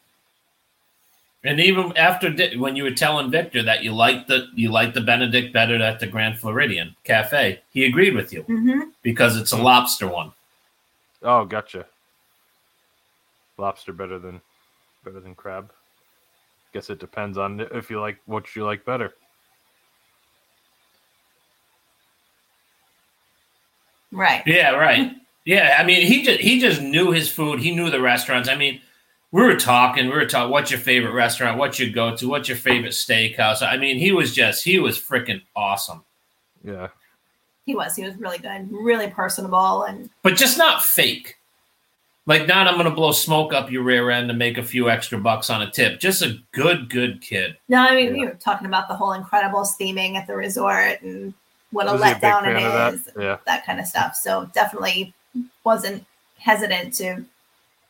[SPEAKER 7] and even after di- when you were telling Victor that you liked the you liked the Benedict better at the Grand Floridian Cafe, he agreed with you
[SPEAKER 8] hmm
[SPEAKER 7] because it's a lobster one.
[SPEAKER 6] Oh, gotcha. Lobster better than better than crab. Guess it depends on if you like what you like better.
[SPEAKER 8] Right.
[SPEAKER 7] Yeah, right. Yeah, I mean, he just he just knew his food. He knew the restaurants. I mean, we were talking. We were talking. What's your favorite restaurant? What's your go to? What's your favorite steakhouse? I mean, he was just he was freaking awesome,
[SPEAKER 6] Yeah.
[SPEAKER 8] He was. He was really good, really personable, and
[SPEAKER 7] but just not fake. Like, not I'm gonna blow smoke up your rear end to make a few extra bucks on a tip. Just a good, good kid.
[SPEAKER 8] no, I mean, we were talking about the whole incredible steaming at the resort and what a
[SPEAKER 6] Was he a big
[SPEAKER 8] letdown
[SPEAKER 6] fan
[SPEAKER 8] it
[SPEAKER 6] of
[SPEAKER 8] is.
[SPEAKER 6] that? Yeah.
[SPEAKER 8] that kind of stuff. So definitely wasn't hesitant to,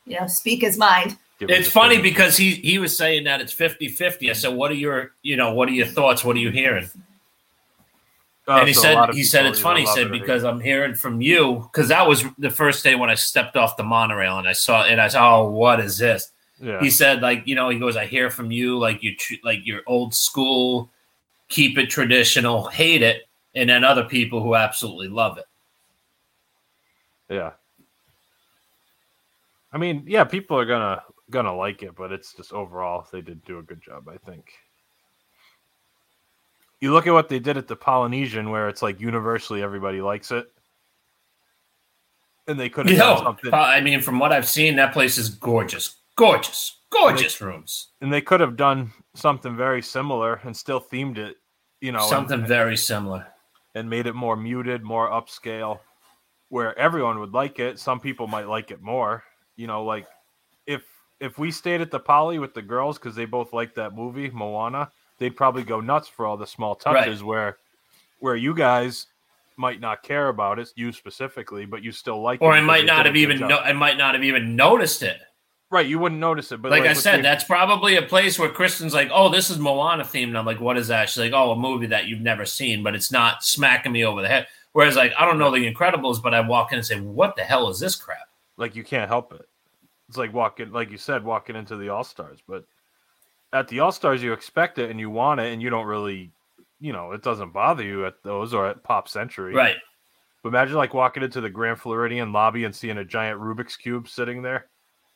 [SPEAKER 8] you know, speak his mind.
[SPEAKER 6] Give it
[SPEAKER 7] It's
[SPEAKER 6] a
[SPEAKER 7] funny
[SPEAKER 6] finish.
[SPEAKER 7] because he he was saying that it's 50-50. I said, what are your you know what are your thoughts? What are you hearing?
[SPEAKER 6] Oh,
[SPEAKER 7] and he
[SPEAKER 6] so a lot
[SPEAKER 7] said
[SPEAKER 6] of
[SPEAKER 7] he said
[SPEAKER 6] people
[SPEAKER 7] it's
[SPEAKER 6] either
[SPEAKER 7] funny. He
[SPEAKER 6] love
[SPEAKER 7] said
[SPEAKER 6] it or hate
[SPEAKER 7] because
[SPEAKER 6] it.
[SPEAKER 7] I'm hearing from you because that was the first day when I stepped off the monorail and I saw and I saw oh what is this?
[SPEAKER 6] yeah.
[SPEAKER 7] He said like you know he goes I hear from you like you tr- like you're old school, keep it traditional, hate it, and then other people who absolutely love it.
[SPEAKER 6] yeah. I mean, yeah, people are gonna gonna like it, but it's just overall they did do a good job, I think. you look at what they did at the Polynesian, where it's like universally everybody likes it, and they could have done
[SPEAKER 7] Yo,
[SPEAKER 6] something.
[SPEAKER 7] uh, I mean, from what I've seen, that place is gorgeous, gorgeous, gorgeous rooms.
[SPEAKER 6] And they could have done something very similar and still themed it, you know, and-
[SPEAKER 7] Something very similar.
[SPEAKER 6] and made it more muted, more upscale, where everyone would like it. Some people might like it more. You know, like if if we stayed at the Poly with the girls because they both like that movie Moana, they'd probably go nuts for all the small
[SPEAKER 7] Right.
[SPEAKER 6] touches where where you guys might not care about it, you specifically, but you still like it.
[SPEAKER 7] Or I
[SPEAKER 6] because
[SPEAKER 7] might
[SPEAKER 6] they did
[SPEAKER 7] not
[SPEAKER 6] a
[SPEAKER 7] have
[SPEAKER 6] good
[SPEAKER 7] even
[SPEAKER 6] job.
[SPEAKER 7] no- I might not have even noticed it.
[SPEAKER 6] right. You wouldn't notice it, but
[SPEAKER 7] Like I
[SPEAKER 6] with
[SPEAKER 7] said,
[SPEAKER 6] the-
[SPEAKER 7] that's probably a place where Kristen's like, "Oh, this is Moana themed." And I'm like, "What is that?" She's like, "Oh, a movie that you've never seen, but it's not smacking me over the head." Whereas, like, I don't know The Incredibles, but I walk in and say, "What the hell is this crap?"
[SPEAKER 6] like you can't help it. It's like walking, like you said, walking into the All Stars. But at the All Stars, you expect it and you want it, and you don't really, you know, it doesn't bother you at those or at Pop Century.
[SPEAKER 7] Right?
[SPEAKER 6] But imagine like walking into the Grand Floridian lobby and seeing a giant Rubik's cube sitting there.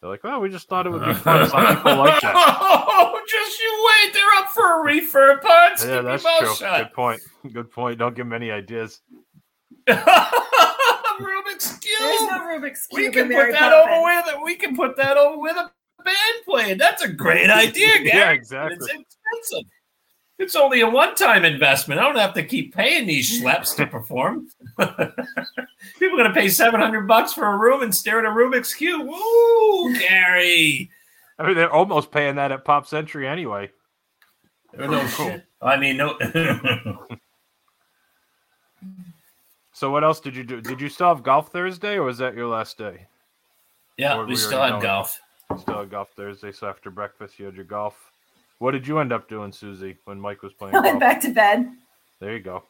[SPEAKER 6] They're like, oh, we just thought it would be fun. Some people like that.
[SPEAKER 7] oh, just you wait. They're up for a refurb, punch.
[SPEAKER 6] Yeah, that's true. Good point. Good point. Don't give them any ideas.
[SPEAKER 7] Rubik's Cube.
[SPEAKER 8] There's no Rubik's Cube.
[SPEAKER 7] we
[SPEAKER 8] in
[SPEAKER 7] can
[SPEAKER 8] Mary
[SPEAKER 7] put that
[SPEAKER 8] Poppins.
[SPEAKER 7] over with it. We can put that over with a band playing. That's a great idea, Gary.
[SPEAKER 6] yeah, exactly.
[SPEAKER 7] It's expensive. It's only a one-time investment. I don't have to keep paying these schleps to perform. People are going to pay seven hundred bucks for a room and stare at a Rubik's cube. Woo, Gary!
[SPEAKER 6] I mean, they're almost paying that at Pop Century anyway.
[SPEAKER 7] No shit. I mean, no.
[SPEAKER 6] So what else did you do? Did you still have golf Thursday, or was that your last day?
[SPEAKER 7] yeah,
[SPEAKER 6] Or
[SPEAKER 7] we
[SPEAKER 6] we
[SPEAKER 7] still
[SPEAKER 6] already
[SPEAKER 7] had
[SPEAKER 6] know it.
[SPEAKER 7] golf.
[SPEAKER 6] Still had golf Thursday, so after breakfast you had your golf. What did you end up doing, Susie, when Mike was playing
[SPEAKER 8] I went
[SPEAKER 6] golf?
[SPEAKER 8] back to bed.
[SPEAKER 6] There you go.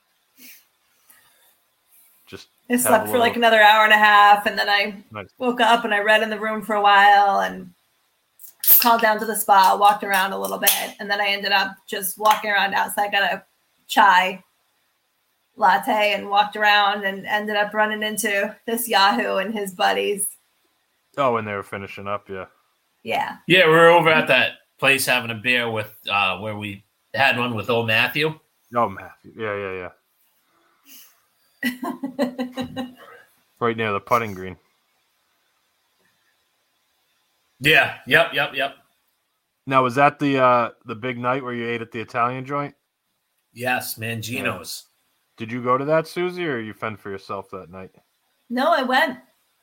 [SPEAKER 6] Just
[SPEAKER 8] I
[SPEAKER 6] have a
[SPEAKER 8] slept for
[SPEAKER 6] little-
[SPEAKER 8] like another hour and a half, and then I
[SPEAKER 6] Nice.
[SPEAKER 8] woke up and I read in the room for a while and called down to the spa, walked around a little bit, and then I ended up just walking around outside. Got a chai latte and walked around and ended up running into this Yahoo and his buddies.
[SPEAKER 6] Oh, when they were finishing up, yeah.
[SPEAKER 8] Yeah,
[SPEAKER 7] Yeah, we were over at that place having a beer with uh, where we had one with old Matthew.
[SPEAKER 6] Oh, Matthew. Yeah, yeah, yeah. right near the putting green.
[SPEAKER 7] Yeah. Yep. Yep. Yep.
[SPEAKER 6] Now, was that the uh the big night where you ate at the Italian joint?
[SPEAKER 7] Yes, Mangino's.
[SPEAKER 6] Did you go to that, Susie, or you fend for yourself that night?
[SPEAKER 8] no, I went.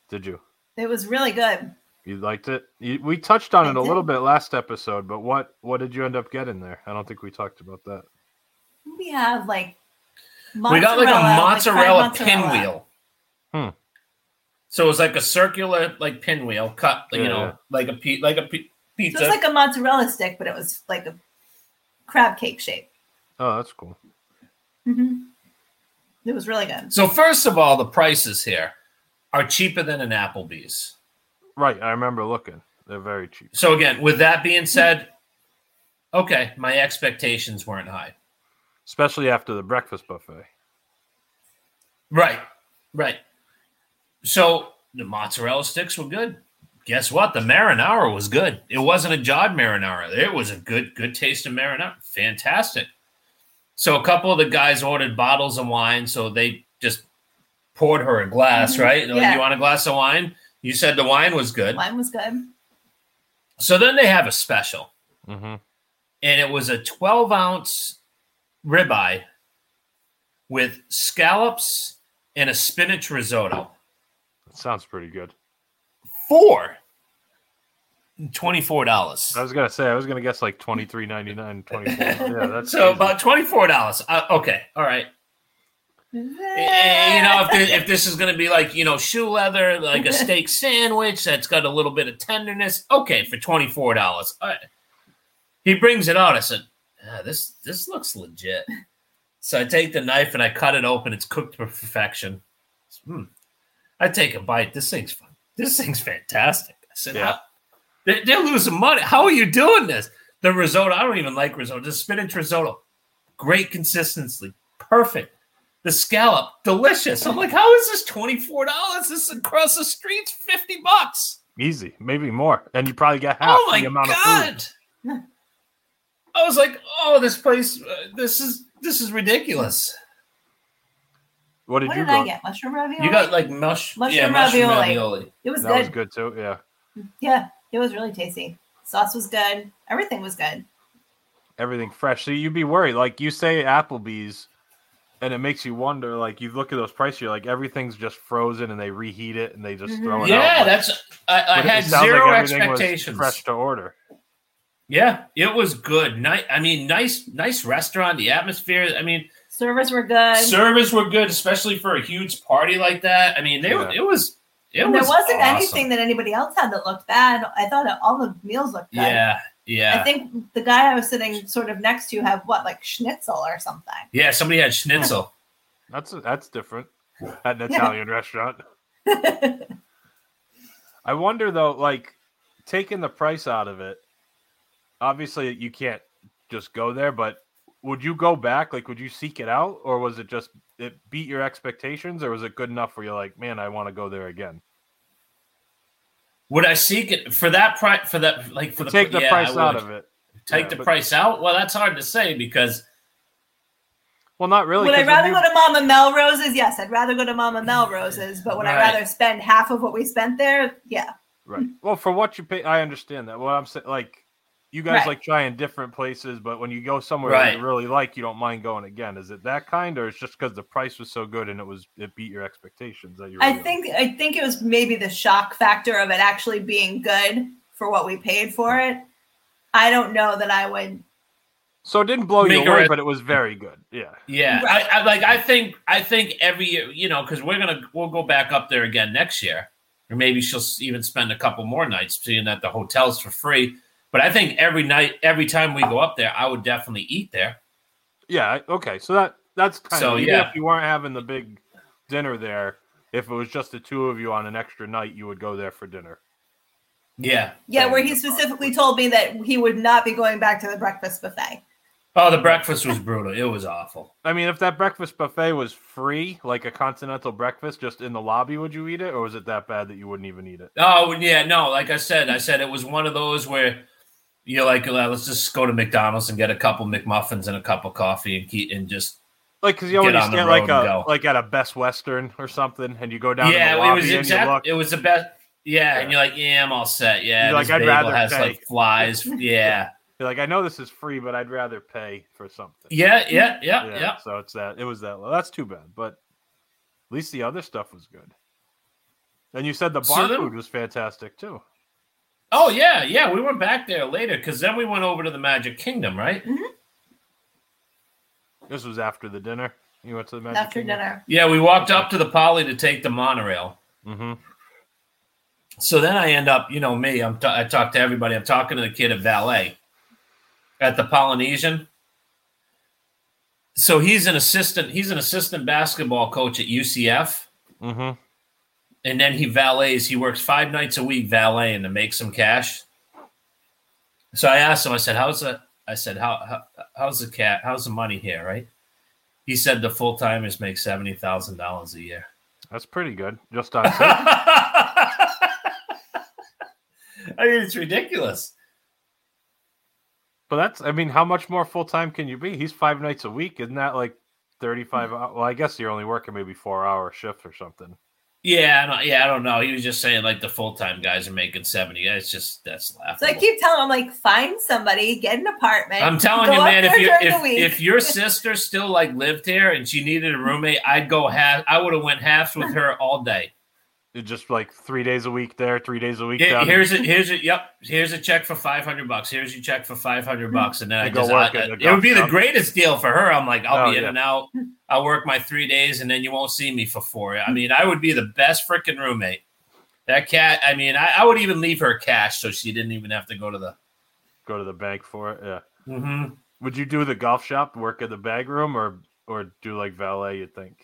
[SPEAKER 6] Did you?
[SPEAKER 8] It was really good.
[SPEAKER 6] You liked it. You, we touched on
[SPEAKER 8] I
[SPEAKER 6] it a
[SPEAKER 8] did.
[SPEAKER 6] little bit last episode, but what what did you end up getting there? I don't think we talked about that.
[SPEAKER 8] We have like
[SPEAKER 7] We got like a mozzarella,
[SPEAKER 8] like fried mozzarella.
[SPEAKER 7] pinwheel.
[SPEAKER 6] Hmm.
[SPEAKER 7] So it was like a circular like pinwheel cut, you
[SPEAKER 6] Yeah,
[SPEAKER 7] know,
[SPEAKER 6] yeah.
[SPEAKER 7] like a pe- like a pe-
[SPEAKER 8] So
[SPEAKER 7] pizza.
[SPEAKER 8] it was like a mozzarella stick, but it was like a crab cake shape.
[SPEAKER 6] Oh, that's cool.
[SPEAKER 8] hmm It was really good.
[SPEAKER 7] so first of all, the prices here are cheaper than an Applebee's.
[SPEAKER 6] Right, I remember looking. They're very cheap.
[SPEAKER 7] So again, with that being said, okay, my expectations weren't high.
[SPEAKER 6] especially after the breakfast buffet.
[SPEAKER 7] Right, right. So the mozzarella sticks were good. Guess what? The marinara was good. It wasn't a jod marinara. It was a good, good taste of marinara. Fantastic. So a couple of the guys ordered bottles of wine, so they just poured her a glass, right? They're like,
[SPEAKER 8] Yeah.
[SPEAKER 7] you want a glass of wine? You said the wine was good.
[SPEAKER 8] Mine was good.
[SPEAKER 7] So then they have a special,
[SPEAKER 6] Mm-hmm.
[SPEAKER 7] and it was a 12 ounce ribeye with scallops and a spinach risotto.
[SPEAKER 6] That sounds pretty good.
[SPEAKER 7] four. Twenty-four dollars.
[SPEAKER 6] I was gonna say I was gonna guess like twenty three ninety nine, twenty four. Yeah, that's
[SPEAKER 7] So
[SPEAKER 6] easy.
[SPEAKER 7] about twenty-four dollars. Uh, okay, all right. Eh, you know, if, thi- if this is going to be like you know shoe leather, like a steak sandwich that's got a little bit of tenderness, okay, for twenty-four dollars. He brings it out. I said, "Ah, "This this looks legit." So I take the knife and I cut it open. It's cooked to perfection. Hmm. I take a bite. This thing's fun. This thing's fantastic. I said,
[SPEAKER 6] Yeah.
[SPEAKER 7] "How- they- they're losing money. How are you doing this? The risotto. I don't even like risotto. Just spinach risotto. Great consistency. Perfect. The scallop. Delicious. I'm like, how is this twenty four dollars? This is across the streets, fifty bucks.
[SPEAKER 6] easy, maybe more, and you probably get half
[SPEAKER 7] Oh my
[SPEAKER 6] the amount of food.
[SPEAKER 7] god! I was like, oh, this place. Uh, this is This is ridiculous.
[SPEAKER 6] What did
[SPEAKER 8] What
[SPEAKER 6] you
[SPEAKER 8] did I
[SPEAKER 6] go?
[SPEAKER 8] get? Mushroom ravioli.
[SPEAKER 7] You got like mush,
[SPEAKER 8] Mushroom
[SPEAKER 7] yeah, mushroom
[SPEAKER 8] ravioli.
[SPEAKER 7] ravioli.
[SPEAKER 8] it was
[SPEAKER 6] That was
[SPEAKER 8] good.
[SPEAKER 6] good too. Yeah.
[SPEAKER 8] Yeah, it was really tasty. Sauce was good. Everything was good.
[SPEAKER 6] everything fresh. So you'd be worried. Like you say Applebee's, and it makes you wonder, like you look at those prices, you're like everything's just frozen and they reheat it and they just throw it out. Like,
[SPEAKER 7] Mm-hmm. Yeah, that's. I, I
[SPEAKER 6] but it
[SPEAKER 7] had
[SPEAKER 6] sounds like
[SPEAKER 7] zero
[SPEAKER 6] everything was
[SPEAKER 7] expectations.
[SPEAKER 6] Fresh to order.
[SPEAKER 7] Yeah, it was good. Nice. I mean, nice, nice restaurant. The atmosphere. I mean,
[SPEAKER 8] Servers were good.
[SPEAKER 7] servers were good, especially for a huge party like that. I mean, they were.
[SPEAKER 6] Yeah.
[SPEAKER 7] It was. It
[SPEAKER 8] And
[SPEAKER 7] was
[SPEAKER 8] there wasn't
[SPEAKER 7] awesome.
[SPEAKER 8] anything that anybody else had that looked bad. I thought that all the meals looked good.
[SPEAKER 7] Yeah,
[SPEAKER 8] I
[SPEAKER 7] yeah,
[SPEAKER 8] think the guy I was sitting sort of next to had what, like schnitzel or something.
[SPEAKER 7] yeah. Somebody had schnitzel.
[SPEAKER 6] That's that's different at an
[SPEAKER 8] Yeah.
[SPEAKER 6] Italian restaurant. I wonder though, like taking the price out of it. Obviously, you can't just go there, but would you go back? Like, would you seek it out, or was it just it beat your expectations, or was it good enough where you're like, man, I want to go there again?
[SPEAKER 7] Would I seek it for that price? For that, like for the
[SPEAKER 6] Take the
[SPEAKER 7] yeah, I
[SPEAKER 6] price out
[SPEAKER 7] would.
[SPEAKER 6] of it.
[SPEAKER 7] Take
[SPEAKER 6] Yeah,
[SPEAKER 7] the
[SPEAKER 6] but-
[SPEAKER 7] price out. Well, that's hard to say because
[SPEAKER 6] Well, not really.
[SPEAKER 8] would I
[SPEAKER 6] 'cause when
[SPEAKER 8] rather
[SPEAKER 6] you-
[SPEAKER 8] go to Mama Melrose's? Yes, I'd rather go to Mama Melrose's, but would I
[SPEAKER 7] Mm, Right.
[SPEAKER 8] rather spend half of what we spent there? Yeah. Hmm.
[SPEAKER 6] Right. Well, for what you pay, I understand that. What I'm saying, like, you guys
[SPEAKER 8] Right.
[SPEAKER 6] like trying different places, but when you go somewhere that
[SPEAKER 7] Right.
[SPEAKER 6] you really like, you don't mind going again. Is it that kind, or it's just because the price was so good and it was it beat your expectations that you?
[SPEAKER 8] I
[SPEAKER 6] really-
[SPEAKER 8] think I think it was maybe the shock factor of it actually being good for what we paid for
[SPEAKER 7] Mm.
[SPEAKER 8] it. I don't know that I would.
[SPEAKER 6] so. It didn't blow you
[SPEAKER 7] Make her
[SPEAKER 6] away,
[SPEAKER 7] a-
[SPEAKER 6] but it was very good. Yeah.
[SPEAKER 7] yeah,
[SPEAKER 8] Right.
[SPEAKER 7] I, I like. I think I think every year, you know, because we're gonna we'll go back up there again next year, or maybe she'll s- even spend a couple more nights, seeing that the hotel's for free. But I think every night, every time we go up there, I would definitely eat there.
[SPEAKER 6] Yeah. Okay. So that that's kind
[SPEAKER 7] So,
[SPEAKER 6] of even
[SPEAKER 7] yeah.
[SPEAKER 6] if you weren't having the big dinner there, if it was just the two of you on an extra night, you would go there for dinner.
[SPEAKER 7] Yeah.
[SPEAKER 8] Yeah, where he specifically told me that he would not be going back to the breakfast buffet.
[SPEAKER 7] Oh, the breakfast was brutal. It was awful.
[SPEAKER 6] I mean, if that breakfast buffet was free, like a continental breakfast, just in the lobby, would you eat it, or was it that bad that you wouldn't even eat it?
[SPEAKER 7] Oh yeah, no. Like I said, I said it was one of those where you're like, "Uh, let's just go to McDonald's and get a couple McMuffins and a cup of coffee and keep and just
[SPEAKER 6] Like, because you
[SPEAKER 7] Get
[SPEAKER 6] always
[SPEAKER 7] on the
[SPEAKER 6] get like
[SPEAKER 7] road and
[SPEAKER 6] a
[SPEAKER 7] go.
[SPEAKER 6] like at a Best Western or something, and you go down.
[SPEAKER 7] yeah,
[SPEAKER 6] to the
[SPEAKER 7] it
[SPEAKER 6] lobby
[SPEAKER 7] was
[SPEAKER 6] And you look,
[SPEAKER 7] exactly. It was the best. Yeah,
[SPEAKER 6] Yeah.
[SPEAKER 7] and you're like, yeah, I'm all set. Yeah,
[SPEAKER 6] You're
[SPEAKER 7] this
[SPEAKER 6] like, I'd
[SPEAKER 7] bagel
[SPEAKER 6] rather
[SPEAKER 7] has
[SPEAKER 6] pay.
[SPEAKER 7] like flies. Yeah,
[SPEAKER 6] you're like, I know this is free, but I'd rather pay for something.
[SPEAKER 7] yeah, yeah, yeah, yeah.
[SPEAKER 6] So it's that it was that low. That's too bad, but at least the other stuff was good. And you said the
[SPEAKER 7] So
[SPEAKER 6] bar
[SPEAKER 7] then-
[SPEAKER 6] food was fantastic too.
[SPEAKER 7] Oh yeah, yeah. We went back there later because then we went over to the Magic Kingdom, right?
[SPEAKER 6] This was after the dinner. You went to the Magic
[SPEAKER 8] After dinner,
[SPEAKER 7] Yeah, we walked up to the Poly to take the monorail.
[SPEAKER 6] Mm-hmm.
[SPEAKER 7] So then I end up, you know, me. I'm t- I talk to everybody. I'm talking to the kid at valet at the Polynesian. So he's an assistant. He's an assistant basketball coach at UCF.
[SPEAKER 6] Mm-hmm.
[SPEAKER 7] and then he valets. He works five nights a week valeting to make some cash. So I asked him. I said, "How's the?" I said, "How, how how's the cat? How's the money here?" Right? He said, "The full timers make seventy thousand dollars a year."
[SPEAKER 6] That's pretty good. Just on sale.
[SPEAKER 7] I mean, it's ridiculous.
[SPEAKER 6] But that's, I mean, how much more full time can you be? He's five nights a week, isn't that like thirty-five?
[SPEAKER 7] Mm.
[SPEAKER 6] hou- Well, I guess you're only working maybe four-hour shifts or something.
[SPEAKER 7] Yeah, I don't, yeah, I don't know. He was just saying like the full time guys are making seventy. It's just that's
[SPEAKER 8] so
[SPEAKER 7] laughable.
[SPEAKER 8] I keep telling him like, find somebody, get an apartment.
[SPEAKER 7] I'm telling
[SPEAKER 8] go
[SPEAKER 7] you,
[SPEAKER 8] up
[SPEAKER 7] man. If
[SPEAKER 8] there
[SPEAKER 7] you
[SPEAKER 8] during the
[SPEAKER 7] if,
[SPEAKER 8] week.
[SPEAKER 7] if your sister still like lived here and she needed a roommate, I'd go half. I would have went halves with her all day.
[SPEAKER 6] It's just like three days a week there, three days a week
[SPEAKER 7] Here-
[SPEAKER 6] down.
[SPEAKER 7] here's a here's a yep. Here's a check for five hundred bucks. Here's your check for five hundred bucks, and then I
[SPEAKER 6] You go
[SPEAKER 7] just
[SPEAKER 6] work
[SPEAKER 7] I-
[SPEAKER 6] at the
[SPEAKER 7] it would be the
[SPEAKER 6] golf shop.
[SPEAKER 7] greatest deal for her. I'm like, I'll
[SPEAKER 6] Oh,
[SPEAKER 7] be in
[SPEAKER 6] yeah.
[SPEAKER 7] and out. I'll work my three days, and then you won't see me for four.
[SPEAKER 6] Hmm.
[SPEAKER 7] I mean, I would be the best freaking roommate. That cat. I mean, I, I would even leave her cash so she didn't even have to go to the.
[SPEAKER 6] go to the bank for it. Yeah.
[SPEAKER 7] Mhm.
[SPEAKER 6] Would you do the golf shop, work at the bag room, or or do like valet? You think?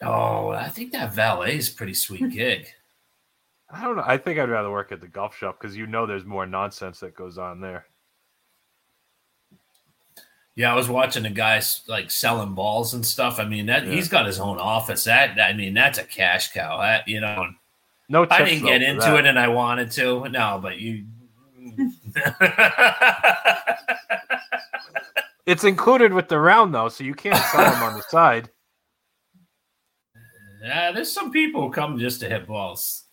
[SPEAKER 7] Oh, I think that valet is a pretty sweet gig.
[SPEAKER 6] I don't know. I think I'd rather work at the golf shop because you know there's more nonsense that goes on there.
[SPEAKER 7] Yeah, I was watching the guys like selling balls and stuff. I mean, that
[SPEAKER 6] Yeah.
[SPEAKER 7] he's got his own office. That I mean, that's a cash cow. I, you know,
[SPEAKER 6] No, tips,
[SPEAKER 7] I didn't get into it, and I wanted to. No, but you.
[SPEAKER 6] It's included with the round though, so you can't sell them on the side.
[SPEAKER 7] Yeah, Uh, there's some people who come just to hit balls.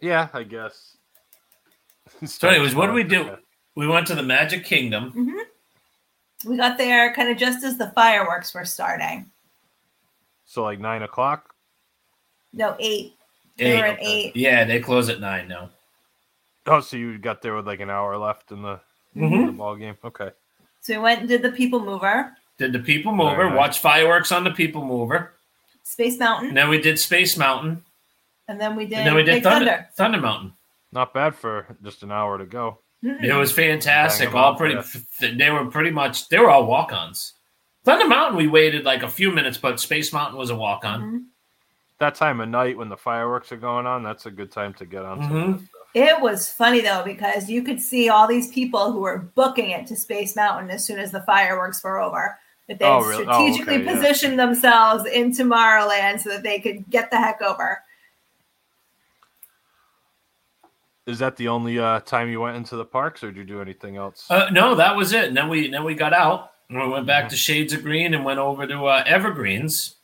[SPEAKER 6] Yeah, I guess.
[SPEAKER 7] So, anyways, what do we do? We went to the Magic Kingdom.
[SPEAKER 8] We got there kind of just as the fireworks were starting.
[SPEAKER 6] So like nine o'clock.
[SPEAKER 8] No, eight. They were at eight.
[SPEAKER 7] Yeah, they close at nine now.
[SPEAKER 6] Oh, so you got there with like an hour left in the,
[SPEAKER 7] Mm-hmm.
[SPEAKER 6] in the ball game. Okay.
[SPEAKER 8] So we went and did the People Mover,
[SPEAKER 7] Did the People Mover,
[SPEAKER 6] Very nice.
[SPEAKER 7] watch fireworks on the People Mover.
[SPEAKER 8] Space Mountain,
[SPEAKER 7] And then we did Space Mountain.
[SPEAKER 8] and then we did,
[SPEAKER 7] And then we did
[SPEAKER 8] Big
[SPEAKER 7] Thunder,
[SPEAKER 8] Thunder.
[SPEAKER 7] Thunder. Mountain.
[SPEAKER 6] Not bad for just an hour to go.
[SPEAKER 7] It was fantastic.
[SPEAKER 6] Bang 'em
[SPEAKER 7] All
[SPEAKER 6] up,
[SPEAKER 7] pretty.
[SPEAKER 6] yeah.
[SPEAKER 7] f- They were pretty much. They were all walk ons. Thunder Mountain, we waited like a few minutes, but Space Mountain was a walk on.
[SPEAKER 6] That time of night when the fireworks are going on, that's a good time to get on.
[SPEAKER 8] Mm-hmm.
[SPEAKER 6] some-
[SPEAKER 7] Mhm.
[SPEAKER 8] It was funny though because you could see all these people who were booking it to Space Mountain as soon as the fireworks were over. That they
[SPEAKER 6] Oh,
[SPEAKER 8] had
[SPEAKER 6] really? Oh,
[SPEAKER 8] strategically
[SPEAKER 6] okay, yeah.
[SPEAKER 8] positioned themselves in Tomorrowland so that they could get the heck over.
[SPEAKER 6] Is that the only uh, time you went into the parks, or did you do anything else?
[SPEAKER 7] Uh, no, that was it. And then we then we got out. And we went back to Shades of Green and went over to uh, Evergreens.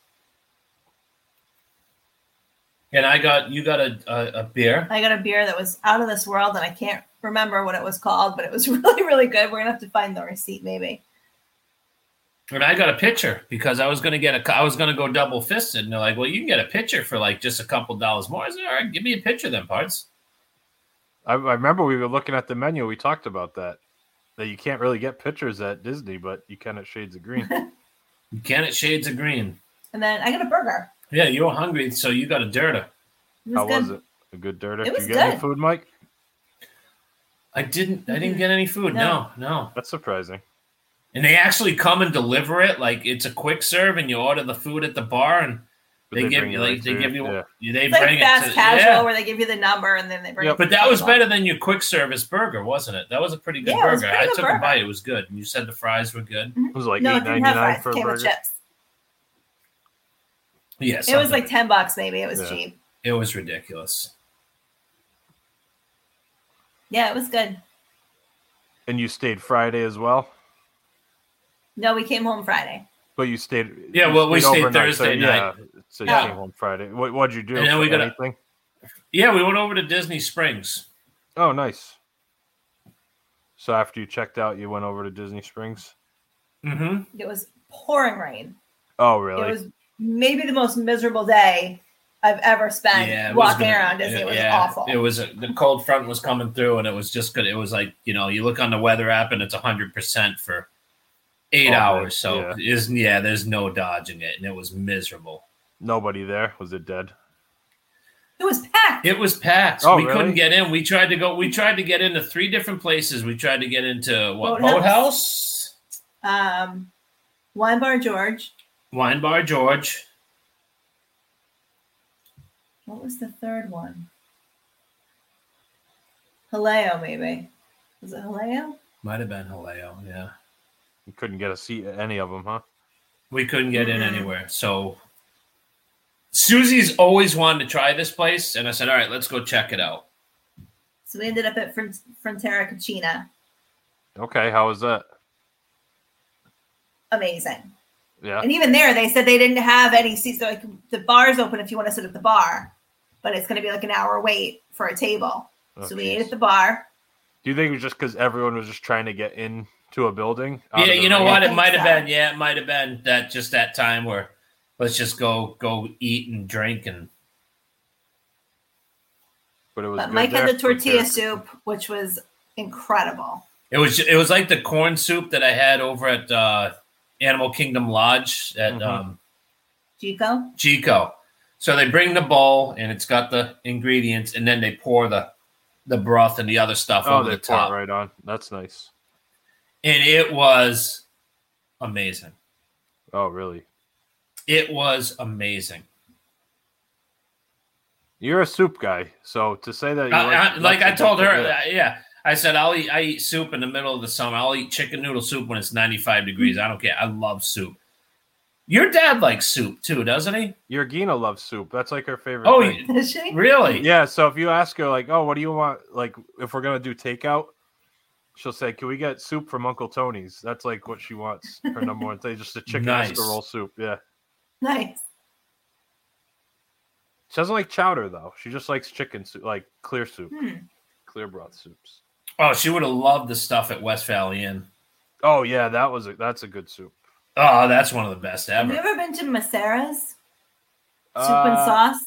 [SPEAKER 7] And I got you got a a, a beer.
[SPEAKER 8] I got a beer that was out of this world and I can't remember what it was called, but it was really, really good. We're gonna have to find the receipt maybe.
[SPEAKER 7] And I got a pitcher because I was gonna get a co- I was gonna go double fisted, and they're like, "Well, you can get a pitcher for like just a couple dollars more." I said, "All right, give me a pitcher then, parts."
[SPEAKER 6] I, I remember we were looking at the menu. We talked about that that you can't really get pictures at Disney, but you can at Shades of Green.
[SPEAKER 7] You can at Shades of Green.
[SPEAKER 8] And then I got a burger.
[SPEAKER 7] Yeah, you were hungry, so you got a dirter.
[SPEAKER 8] It was
[SPEAKER 6] How
[SPEAKER 8] good.
[SPEAKER 6] was it? A good dirt. Did
[SPEAKER 8] was
[SPEAKER 6] you get any
[SPEAKER 8] good.
[SPEAKER 6] food, Mike?
[SPEAKER 7] I didn't. I didn't get any food. No.
[SPEAKER 8] No.
[SPEAKER 7] no,
[SPEAKER 6] That's surprising.
[SPEAKER 7] And they actually come and deliver it. Like it's a quick serve, and you order the food at the bar, and
[SPEAKER 6] But
[SPEAKER 7] they,
[SPEAKER 6] they
[SPEAKER 7] give
[SPEAKER 6] bring
[SPEAKER 7] you
[SPEAKER 6] it
[SPEAKER 7] like
[SPEAKER 6] right
[SPEAKER 7] they
[SPEAKER 6] to
[SPEAKER 7] give
[SPEAKER 6] you,
[SPEAKER 7] you
[SPEAKER 6] yeah.
[SPEAKER 7] you- they
[SPEAKER 8] It's
[SPEAKER 7] bring
[SPEAKER 8] like
[SPEAKER 7] it
[SPEAKER 8] fast
[SPEAKER 7] to,
[SPEAKER 8] casual
[SPEAKER 7] yeah.
[SPEAKER 8] where they give you the number and then they bring
[SPEAKER 6] Yeah,
[SPEAKER 8] it. to
[SPEAKER 7] But
[SPEAKER 8] the
[SPEAKER 7] that was
[SPEAKER 8] table.
[SPEAKER 7] better than your quick service burger, wasn't it? That was a pretty good
[SPEAKER 8] Yeah, it was
[SPEAKER 7] burger.
[SPEAKER 8] pretty
[SPEAKER 7] I
[SPEAKER 8] good
[SPEAKER 7] took a
[SPEAKER 8] burger.
[SPEAKER 7] bite; it was good. And you said the fries were good.
[SPEAKER 6] It was like
[SPEAKER 8] no,
[SPEAKER 6] eight
[SPEAKER 8] it
[SPEAKER 6] ninety
[SPEAKER 8] didn't have
[SPEAKER 6] nine
[SPEAKER 8] fries.
[SPEAKER 6] for
[SPEAKER 8] it
[SPEAKER 6] a
[SPEAKER 8] came with
[SPEAKER 6] burger.
[SPEAKER 8] chips.
[SPEAKER 7] Yeah,
[SPEAKER 8] It was
[SPEAKER 7] something-
[SPEAKER 8] like ten bucks maybe. It was
[SPEAKER 6] Yeah.
[SPEAKER 8] cheap.
[SPEAKER 7] it was ridiculous.
[SPEAKER 8] Yeah, it was good.
[SPEAKER 6] And you stayed Friday as well,
[SPEAKER 8] No, we came home Friday.
[SPEAKER 6] but you stayed.
[SPEAKER 7] Yeah,
[SPEAKER 6] you
[SPEAKER 7] well, we stayed
[SPEAKER 6] overnight, so,
[SPEAKER 7] Thursday
[SPEAKER 6] yeah,
[SPEAKER 7] night.
[SPEAKER 6] So
[SPEAKER 7] Yeah.
[SPEAKER 6] you came home Friday. What what'd you do?
[SPEAKER 7] And then we got a-
[SPEAKER 6] anything?
[SPEAKER 7] Yeah, we went over to Disney Springs.
[SPEAKER 6] Oh, nice. So after you checked out, you went over to Disney Springs.
[SPEAKER 7] Mm-hmm.
[SPEAKER 8] It was pouring rain.
[SPEAKER 6] Oh, really?
[SPEAKER 8] It was maybe the most miserable day I've ever spent
[SPEAKER 7] it was
[SPEAKER 8] walking
[SPEAKER 7] gonna-
[SPEAKER 8] around Disney. It, was awful.
[SPEAKER 7] It was a, the cold front was coming through, and it was just good. It was like you know, you look on the weather app, and it's hundred percent for eight
[SPEAKER 6] Oh, right.
[SPEAKER 7] hours. So
[SPEAKER 6] Yeah.
[SPEAKER 7] yeah. is yeah, there's no dodging it, and it was miserable.
[SPEAKER 6] Nobody there. Was it dead?
[SPEAKER 8] It was packed.
[SPEAKER 7] It was packed.
[SPEAKER 6] Oh,
[SPEAKER 7] we
[SPEAKER 6] really?
[SPEAKER 7] couldn't get in. We tried to go. We tried to get into three different places. We tried to get into what boathouse,
[SPEAKER 8] Boathouse. Um, Wine Bar George.
[SPEAKER 7] wine bar, George.
[SPEAKER 8] What was the third one? Haleo, maybe. Was it Haleo?
[SPEAKER 7] Might have been Haleo. Yeah,
[SPEAKER 6] You couldn't get a seat at any of them, huh?
[SPEAKER 7] we couldn't get
[SPEAKER 8] Mm-hmm.
[SPEAKER 7] in anywhere. So Susie's always wanted to try this place, and I said, "All right, let's go check it out."
[SPEAKER 8] So we ended up at Front- Frontera Cucina.
[SPEAKER 6] Okay, how was that?
[SPEAKER 8] Amazing.
[SPEAKER 6] Yeah.
[SPEAKER 8] And even there, they said they didn't have any seats. They're like, the bar's open if you want to sit at the bar, but it's going to be like an hour wait for a table.
[SPEAKER 6] Oh,
[SPEAKER 8] so we ate
[SPEAKER 6] jeez.
[SPEAKER 8] at the bar.
[SPEAKER 6] Do you think it was just because everyone was just trying to get into a building? out
[SPEAKER 7] yeah,
[SPEAKER 6] of the
[SPEAKER 7] you know
[SPEAKER 6] rain?
[SPEAKER 7] what? It
[SPEAKER 8] think
[SPEAKER 7] might have
[SPEAKER 8] so.
[SPEAKER 7] been. Yeah, it might have been that just that time where let's just go go eat and drink and
[SPEAKER 6] But it was
[SPEAKER 8] But
[SPEAKER 6] good
[SPEAKER 8] Mike had
[SPEAKER 6] there?
[SPEAKER 8] the tortilla
[SPEAKER 6] Okay.
[SPEAKER 8] soup, which was incredible.
[SPEAKER 7] it was it was like the corn soup that I had over at uh, Animal Kingdom Lodge at
[SPEAKER 6] Mhm.
[SPEAKER 7] um,
[SPEAKER 8] Chico?
[SPEAKER 7] Chico. So they bring the bowl and it's got the ingredients and then they pour the the broth and the other stuff
[SPEAKER 6] Oh,
[SPEAKER 7] over
[SPEAKER 6] they
[SPEAKER 7] the
[SPEAKER 6] pour
[SPEAKER 7] top,
[SPEAKER 6] it right on. That's nice.
[SPEAKER 7] and it was amazing.
[SPEAKER 6] Oh, really?
[SPEAKER 7] It was amazing.
[SPEAKER 6] You're a soup guy, so to say that, you
[SPEAKER 7] I- I- Uh, like I
[SPEAKER 6] that's a
[SPEAKER 7] told her,
[SPEAKER 6] different-
[SPEAKER 7] uh, yeah. I said I'll eat I eat soup in the middle of the summer. I'll eat chicken noodle soup when it's 95 degrees. I don't care. I love soup. Your dad likes soup too, doesn't he?
[SPEAKER 6] yeah. Yorgina loves soup. That's like her favorite.
[SPEAKER 7] Oh,
[SPEAKER 6] thing.
[SPEAKER 7] you-
[SPEAKER 8] Is she?
[SPEAKER 7] really?
[SPEAKER 6] yeah. So if you ask her, like, oh, what do you want? Like, if we're gonna do takeout, she'll say, "Can we get soup from Uncle Tony's?" That's like what she wants. Her number one thing, just a chicken
[SPEAKER 7] Nice.
[SPEAKER 6] casserole soup. Yeah,
[SPEAKER 8] Nice.
[SPEAKER 6] she doesn't like chowder though. She just likes chicken soup, like clear soup,
[SPEAKER 8] Hmm.
[SPEAKER 6] clear broth soups.
[SPEAKER 7] Oh, she would have loved the stuff at West Valley Inn.
[SPEAKER 6] Oh yeah, that was a, that's a good soup.
[SPEAKER 7] Oh, that's one of the best
[SPEAKER 8] Have
[SPEAKER 7] ever.
[SPEAKER 8] you ever been to Macera's? Soup and
[SPEAKER 6] Uh,
[SPEAKER 8] sauce?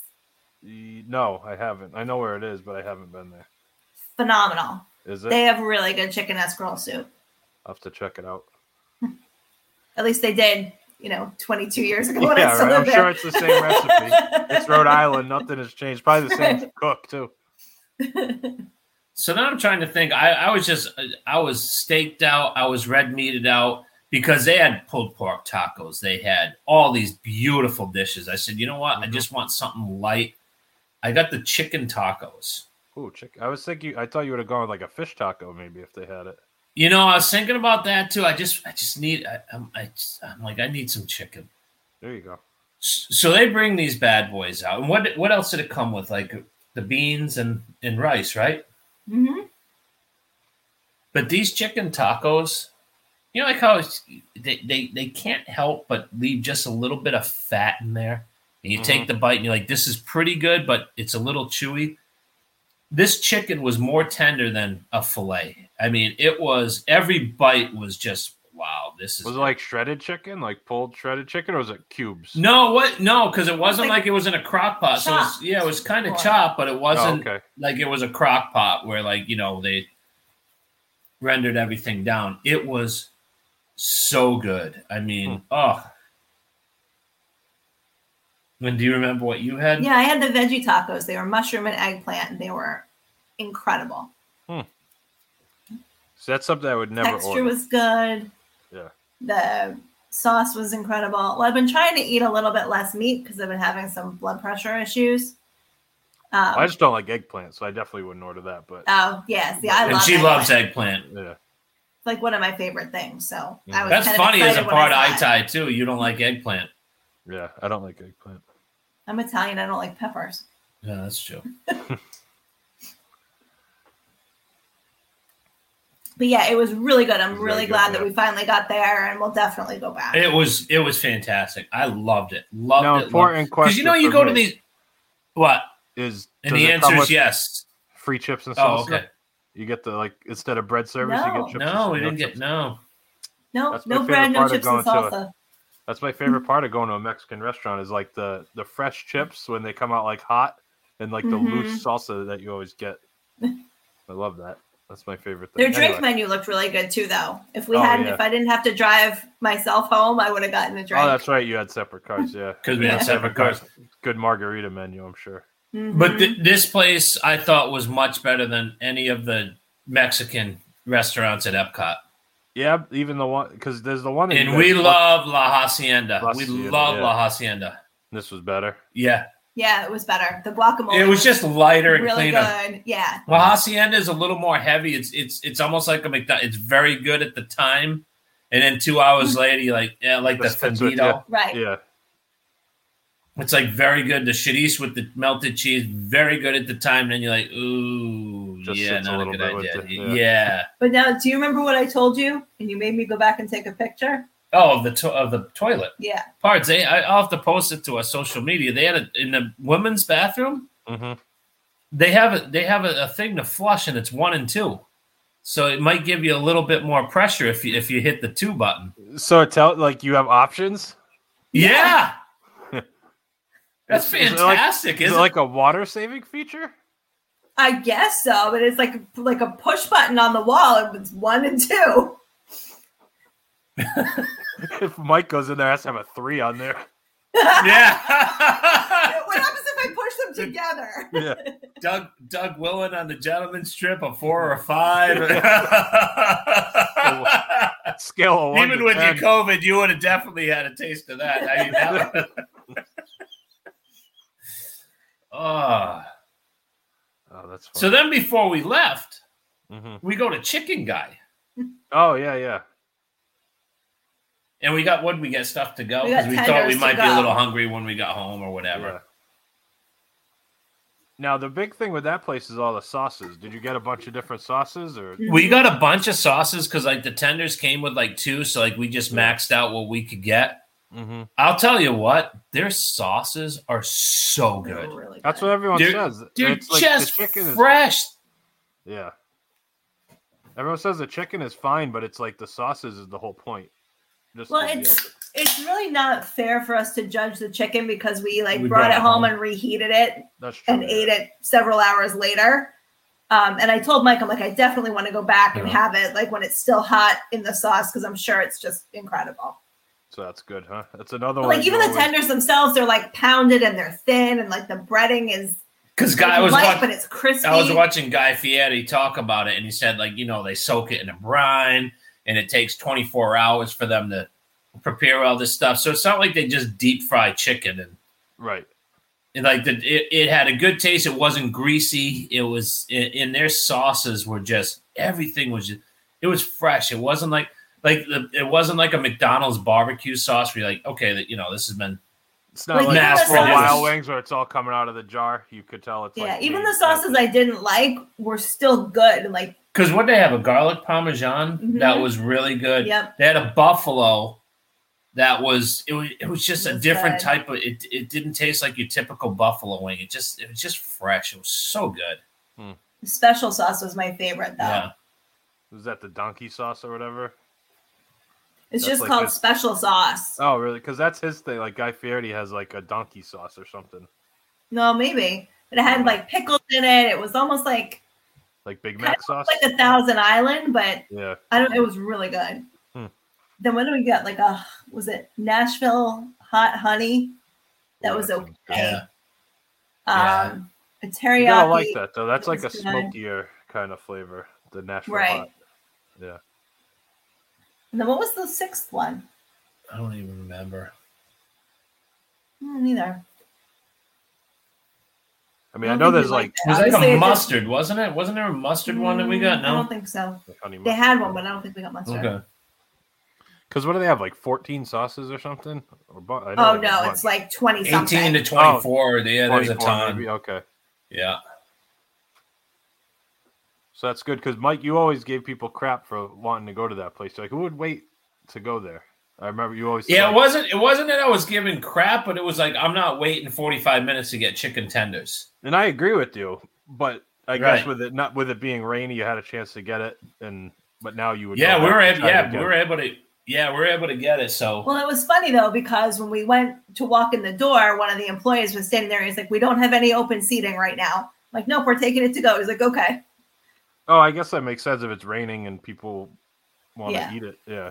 [SPEAKER 6] y- No, I haven't. I know where it is, but I haven't been there.
[SPEAKER 8] Phenomenal.
[SPEAKER 6] Is it?
[SPEAKER 8] They have really good chicken escarole soup.
[SPEAKER 6] I'll have to check it out.
[SPEAKER 8] At least they did, you know, 22 years ago when I
[SPEAKER 6] yeah,
[SPEAKER 8] still
[SPEAKER 6] right. I'm
[SPEAKER 8] lived there.
[SPEAKER 6] sure it's the same recipe. It's Rhode Island. Nothing has changed. Probably the same cook too.
[SPEAKER 7] So now I'm trying to think. I, I was just I was staked out. I was red meated out because they had pulled pork tacos. They had all these beautiful dishes. I said, you know what? I just want something light. I got the chicken tacos.
[SPEAKER 6] Ooh, chicken. I was thinking. I thought you would have gone with like a fish taco maybe if they had it.
[SPEAKER 7] You know, I was thinking about that too. I just I just need I, I'm I just, I'm like I need some chicken.
[SPEAKER 6] There you go.
[SPEAKER 7] S- So they bring these bad boys out. And what what else did it come with? Like the beans and and rice, right?
[SPEAKER 8] hmm
[SPEAKER 7] But these chicken tacos, you know, like how it's, they, they they can't help but leave just a little bit of fat in there. And you
[SPEAKER 6] Mm-hmm.
[SPEAKER 7] take the bite and you're like, this is pretty good, but it's a little chewy. This chicken was more tender than a fillet. I mean, it was every bite was just wow. This is
[SPEAKER 6] Was it like shredded chicken, like pulled shredded chicken, or was it cubes?
[SPEAKER 7] no what no because it wasn't
[SPEAKER 8] like
[SPEAKER 7] like, it was in a crock pot. So it was,
[SPEAKER 8] chopped
[SPEAKER 7] yeah, it was kind of
[SPEAKER 8] or-
[SPEAKER 7] chopped, but it
[SPEAKER 6] Oh,
[SPEAKER 7] wasn't
[SPEAKER 6] okay.
[SPEAKER 7] like it was a crock pot where like you know they rendered everything down it was so good i mean
[SPEAKER 6] Hmm.
[SPEAKER 7] oh and do you remember what you had
[SPEAKER 8] Yeah, I had the veggie tacos. They were mushroom and eggplant, and they were incredible.
[SPEAKER 6] So that's something I would never
[SPEAKER 8] Texture
[SPEAKER 6] order.
[SPEAKER 8] was good.
[SPEAKER 6] Yeah.
[SPEAKER 8] The sauce was incredible. Well, I've been trying to eat a little bit less meat because I've been having some blood pressure issues. Um,
[SPEAKER 6] I just don't like eggplant, so I definitely wouldn't order that. But
[SPEAKER 8] oh yeah, see, I
[SPEAKER 7] and
[SPEAKER 8] love
[SPEAKER 7] she
[SPEAKER 8] eggplant.
[SPEAKER 7] loves eggplant
[SPEAKER 6] yeah,
[SPEAKER 8] It's like one of my favorite things. So I
[SPEAKER 6] Mhm.
[SPEAKER 8] was
[SPEAKER 7] that's
[SPEAKER 8] kind of
[SPEAKER 7] funny as a
[SPEAKER 8] excited when
[SPEAKER 7] part i
[SPEAKER 8] saw it.
[SPEAKER 7] tie too you don't like eggplant
[SPEAKER 6] yeah, I don't like eggplant.
[SPEAKER 8] I'm Italian. I don't like peppers.
[SPEAKER 7] yeah that's true
[SPEAKER 8] But yeah, it was really good. I'm
[SPEAKER 6] Very
[SPEAKER 8] really
[SPEAKER 6] good,
[SPEAKER 8] glad that
[SPEAKER 6] yeah.
[SPEAKER 8] we finally got there, and we'll definitely go back.
[SPEAKER 7] it was it was fantastic i loved it loved
[SPEAKER 6] Now,
[SPEAKER 7] it
[SPEAKER 6] important
[SPEAKER 7] because you know
[SPEAKER 6] question
[SPEAKER 7] you
[SPEAKER 6] for
[SPEAKER 7] go to
[SPEAKER 6] me.
[SPEAKER 7] these what
[SPEAKER 6] Is
[SPEAKER 7] and
[SPEAKER 6] does
[SPEAKER 7] the
[SPEAKER 6] it come
[SPEAKER 7] answer is
[SPEAKER 6] with
[SPEAKER 7] yes
[SPEAKER 6] Free chips and
[SPEAKER 7] oh
[SPEAKER 6] salsa.
[SPEAKER 7] okay
[SPEAKER 6] You get the like instead of bread service, you
[SPEAKER 8] No.
[SPEAKER 6] get chips. and
[SPEAKER 7] no
[SPEAKER 6] salsa.
[SPEAKER 7] we didn't get no
[SPEAKER 8] no,
[SPEAKER 6] That's my
[SPEAKER 8] no
[SPEAKER 6] favorite
[SPEAKER 8] bread, no
[SPEAKER 6] part of
[SPEAKER 8] chips and
[SPEAKER 6] going to
[SPEAKER 8] salsa.
[SPEAKER 6] That's my favorite part of going to a Mexican restaurant is like the the fresh chips when they come out like hot and like the
[SPEAKER 8] Mm-hmm.
[SPEAKER 6] loose salsa that you always get. I love that. That's my favorite
[SPEAKER 8] Their
[SPEAKER 6] thing.
[SPEAKER 8] drink
[SPEAKER 6] Anyway.
[SPEAKER 8] menu looked really good too, though. If we
[SPEAKER 6] Oh,
[SPEAKER 8] hadn't,
[SPEAKER 6] yeah.
[SPEAKER 8] if I didn't have to drive myself home, I would have gotten a drink.
[SPEAKER 6] Oh, that's right. You had separate cards, yeah.
[SPEAKER 7] because we had
[SPEAKER 8] Yeah.
[SPEAKER 7] separate cars.
[SPEAKER 6] Good margarita menu, I'm sure.
[SPEAKER 8] Mhm.
[SPEAKER 7] But th- this place I thought was much better than any of the Mexican restaurants at Epcot.
[SPEAKER 6] Yeah, even the one because there's the one. that you
[SPEAKER 7] And
[SPEAKER 6] guys
[SPEAKER 7] we
[SPEAKER 6] booked-
[SPEAKER 7] love La Hacienda.
[SPEAKER 6] La
[SPEAKER 7] we
[SPEAKER 6] Hacienda,
[SPEAKER 7] love
[SPEAKER 6] yeah.
[SPEAKER 7] La Hacienda.
[SPEAKER 6] This was better.
[SPEAKER 7] Yeah.
[SPEAKER 8] yeah, it was better. The guacamole.
[SPEAKER 7] It was just lighter and
[SPEAKER 8] really
[SPEAKER 7] cleaner.
[SPEAKER 8] good. Yeah,
[SPEAKER 7] La Hacienda is a little more heavy. It's it's it's almost like a McDonald's. It's very good at the time. And then two hours later, you like yeah, like the
[SPEAKER 6] Just fits with
[SPEAKER 7] fondito.
[SPEAKER 8] right.
[SPEAKER 6] Yeah,
[SPEAKER 7] It's like very good. The chorizo with the melted cheese, very good at the time. And then you're like, ooh,
[SPEAKER 6] Just
[SPEAKER 7] yeah,
[SPEAKER 6] sits a
[SPEAKER 7] not a,
[SPEAKER 6] little
[SPEAKER 7] good
[SPEAKER 6] bit with
[SPEAKER 7] idea.
[SPEAKER 6] it, yeah.
[SPEAKER 7] yeah.
[SPEAKER 8] But now, do you remember what I told you? And you made me go back and take a picture.
[SPEAKER 7] Oh, of the to- of the toilet.
[SPEAKER 8] Yeah,
[SPEAKER 7] parts. They, I, I'll have to post it to our social media. They had a, in the women's bathroom.
[SPEAKER 6] Mhm.
[SPEAKER 7] They have a, they have a, a thing to flush, and it's one and two, so it might give you a little bit more pressure if you if you hit the two button.
[SPEAKER 6] So it tell like you have options.
[SPEAKER 7] Yeah, that's
[SPEAKER 6] Is- is it like-
[SPEAKER 7] fantastic,
[SPEAKER 6] Is
[SPEAKER 7] is
[SPEAKER 6] it
[SPEAKER 7] not
[SPEAKER 6] like a water saving feature?
[SPEAKER 8] I guess so. But it's like like a push button on the wall. It was one and two.
[SPEAKER 6] If Mike goes in there, it has to have a three on there.
[SPEAKER 7] yeah.
[SPEAKER 8] What happens if I push them together?
[SPEAKER 6] Yeah,
[SPEAKER 7] Doug Doug Willen on the gentleman's strip, a four or a five.
[SPEAKER 6] scale of one.
[SPEAKER 7] Even
[SPEAKER 6] to
[SPEAKER 7] with your
[SPEAKER 6] 10.
[SPEAKER 7] COVID, you would have definitely had a taste of that. I mean, that Ah.
[SPEAKER 6] Oh, that's funny.
[SPEAKER 7] so then before we left,
[SPEAKER 6] Mhm.
[SPEAKER 7] we go to Chicken Guy,
[SPEAKER 6] Oh yeah, yeah.
[SPEAKER 7] and we got what we get stuff to go
[SPEAKER 8] We got
[SPEAKER 7] because we, thought we
[SPEAKER 8] tenders to
[SPEAKER 7] might be a
[SPEAKER 8] go.
[SPEAKER 7] little hungry when we got home or whatever.
[SPEAKER 6] yeah. Now the big thing with that place is all the sauces. Did you get a bunch of different sauces or
[SPEAKER 7] We got a bunch of sauces because like the tenders came with like two, so like we just maxed out what we could get.
[SPEAKER 6] Mhm.
[SPEAKER 7] I'll tell you what, their sauces are so
[SPEAKER 8] They're
[SPEAKER 7] good.
[SPEAKER 8] really
[SPEAKER 6] That's
[SPEAKER 8] good.
[SPEAKER 6] what everyone
[SPEAKER 7] They're,
[SPEAKER 6] says.
[SPEAKER 7] they're
[SPEAKER 6] It's like the
[SPEAKER 7] just
[SPEAKER 6] chicken is-
[SPEAKER 7] fresh.
[SPEAKER 6] Yeah. Everyone says the chicken is fine, but it's like the sauces is the whole point. Just
[SPEAKER 8] Well,
[SPEAKER 6] to be
[SPEAKER 8] it's
[SPEAKER 6] able-
[SPEAKER 8] it's really not fair for us to judge the chicken because we like
[SPEAKER 7] We
[SPEAKER 8] brought it home and reheated it
[SPEAKER 6] that's true.
[SPEAKER 8] and ate it several hours later. Um, and I told Mike, I'm like, I definitely want to go back and
[SPEAKER 7] Yeah.
[SPEAKER 8] have it like when it's still hot in the sauce because I'm sure it's just incredible.
[SPEAKER 6] So that's good, huh? That's another
[SPEAKER 7] Oh,
[SPEAKER 8] But,
[SPEAKER 6] one.
[SPEAKER 8] like
[SPEAKER 6] you
[SPEAKER 8] even the
[SPEAKER 6] always-
[SPEAKER 8] tenders themselves, they're like pounded and they're thin and like the breading is
[SPEAKER 7] Because guy I
[SPEAKER 8] like,
[SPEAKER 7] was
[SPEAKER 8] light,
[SPEAKER 7] watching
[SPEAKER 8] but it's crispy.
[SPEAKER 7] I was watching Guy Fieri talk about it, and he said, like, you know, they soak it in a brine, and it takes 24 hours for them to prepare all this stuff. So it's not like they just deep fry chicken. And,
[SPEAKER 6] Right.
[SPEAKER 7] and, like, the, it, it had a good taste. It wasn't greasy. It was, and and their sauces were just, everything was, just, it was fresh. It wasn't like, like the, it wasn't like a McDonald's barbecue sauce where you're like, okay, that you know, this has been
[SPEAKER 6] It's not
[SPEAKER 8] Like,
[SPEAKER 6] like
[SPEAKER 7] even the
[SPEAKER 6] for Wild
[SPEAKER 7] sauces-
[SPEAKER 6] Wings where it's all coming out of the jar. You could tell it's
[SPEAKER 8] yeah,
[SPEAKER 6] like
[SPEAKER 8] even
[SPEAKER 6] made
[SPEAKER 8] the sauces
[SPEAKER 6] that-
[SPEAKER 8] I didn't like were still good and like
[SPEAKER 7] Because what they have a garlic parmesan that
[SPEAKER 8] Mhm.
[SPEAKER 7] was really good.
[SPEAKER 8] Yep.
[SPEAKER 7] They had a buffalo that was it was it was just a
[SPEAKER 8] It was
[SPEAKER 7] different
[SPEAKER 8] good.
[SPEAKER 7] type of it. It didn't taste like your typical buffalo wing. It just it was just fresh. It was so good.
[SPEAKER 8] special sauce was my favorite though.
[SPEAKER 7] Yeah.
[SPEAKER 6] was that the donkey sauce or whatever?
[SPEAKER 8] It's
[SPEAKER 6] That's
[SPEAKER 8] just
[SPEAKER 6] like
[SPEAKER 8] called
[SPEAKER 6] this-
[SPEAKER 8] special sauce.
[SPEAKER 6] Oh, really? Because that's his thing. Like Guy Fieri has like a donkey sauce or something,
[SPEAKER 8] No, maybe. But it had like pickles in it. It was almost like
[SPEAKER 6] like Big
[SPEAKER 8] Kinda
[SPEAKER 6] Mac sauce.
[SPEAKER 8] like a Thousand Island, but
[SPEAKER 6] Yeah.
[SPEAKER 8] I don't. It was really good.
[SPEAKER 6] Hmm.
[SPEAKER 8] Then when did we get like a was it Nashville hot honey? That
[SPEAKER 6] Ooh,
[SPEAKER 8] was
[SPEAKER 6] sounds
[SPEAKER 8] okay.
[SPEAKER 6] good.
[SPEAKER 7] Yeah.
[SPEAKER 8] Um, a teriyaki.
[SPEAKER 6] You gotta like that though. That's
[SPEAKER 8] It
[SPEAKER 6] like a
[SPEAKER 8] was good.
[SPEAKER 6] smokier kind of flavor. The Nashville
[SPEAKER 8] Right.
[SPEAKER 6] hot. Yeah.
[SPEAKER 8] And then what was the sixth one?
[SPEAKER 7] I don't even remember.
[SPEAKER 8] Hmm, neither.
[SPEAKER 6] I mean,
[SPEAKER 8] I
[SPEAKER 6] I
[SPEAKER 8] don't
[SPEAKER 6] know
[SPEAKER 8] think we
[SPEAKER 6] there's like
[SPEAKER 8] like
[SPEAKER 7] It was like
[SPEAKER 8] Obviously, it
[SPEAKER 7] a
[SPEAKER 8] just-
[SPEAKER 7] mustard, wasn't it? Wasn't there a mustard one that we got?
[SPEAKER 8] Mm, I don't
[SPEAKER 7] No.
[SPEAKER 8] think so.
[SPEAKER 6] honey
[SPEAKER 8] They had one, but I don't think we got mustard.
[SPEAKER 7] Okay.
[SPEAKER 6] Because what do they have? Like 14 sauces or something? Or bu- I know
[SPEAKER 8] Oh
[SPEAKER 6] they have a
[SPEAKER 8] no,
[SPEAKER 6] bunch.
[SPEAKER 8] it's like twenty something.
[SPEAKER 7] Eighteen to Oh, twenty-four. yeah, there's a
[SPEAKER 6] 24
[SPEAKER 7] ton.
[SPEAKER 6] maybe? Okay.
[SPEAKER 7] Yeah.
[SPEAKER 6] So that's good because Mike, you always gave people crap for wanting to go to that place. You're like, who would wait to go there? I remember you always.
[SPEAKER 7] Yeah,
[SPEAKER 6] said-
[SPEAKER 7] it wasn't it wasn't that I was giving crap, but it was like I'm not waiting 45 minutes to get chicken tenders.
[SPEAKER 6] and I agree with you, but I guess
[SPEAKER 7] Right.
[SPEAKER 6] with it not with it being rainy, you had a chance to get it, and but now you would. go
[SPEAKER 7] Yeah, we
[SPEAKER 6] back
[SPEAKER 7] were
[SPEAKER 6] and
[SPEAKER 7] able.
[SPEAKER 6] try it
[SPEAKER 7] Yeah, we
[SPEAKER 6] again.
[SPEAKER 7] were able to. Yeah, we were able to get it. So
[SPEAKER 8] Well, it was funny though because when we went to walk in the door, one of the employees was standing there. He's like, "We don't have any open seating right now." I'm like, nope, we're taking it to go. He's like, "Okay."
[SPEAKER 6] Oh, I guess that makes sense if it's raining and people want to
[SPEAKER 8] Yeah.
[SPEAKER 6] eat it. Yeah.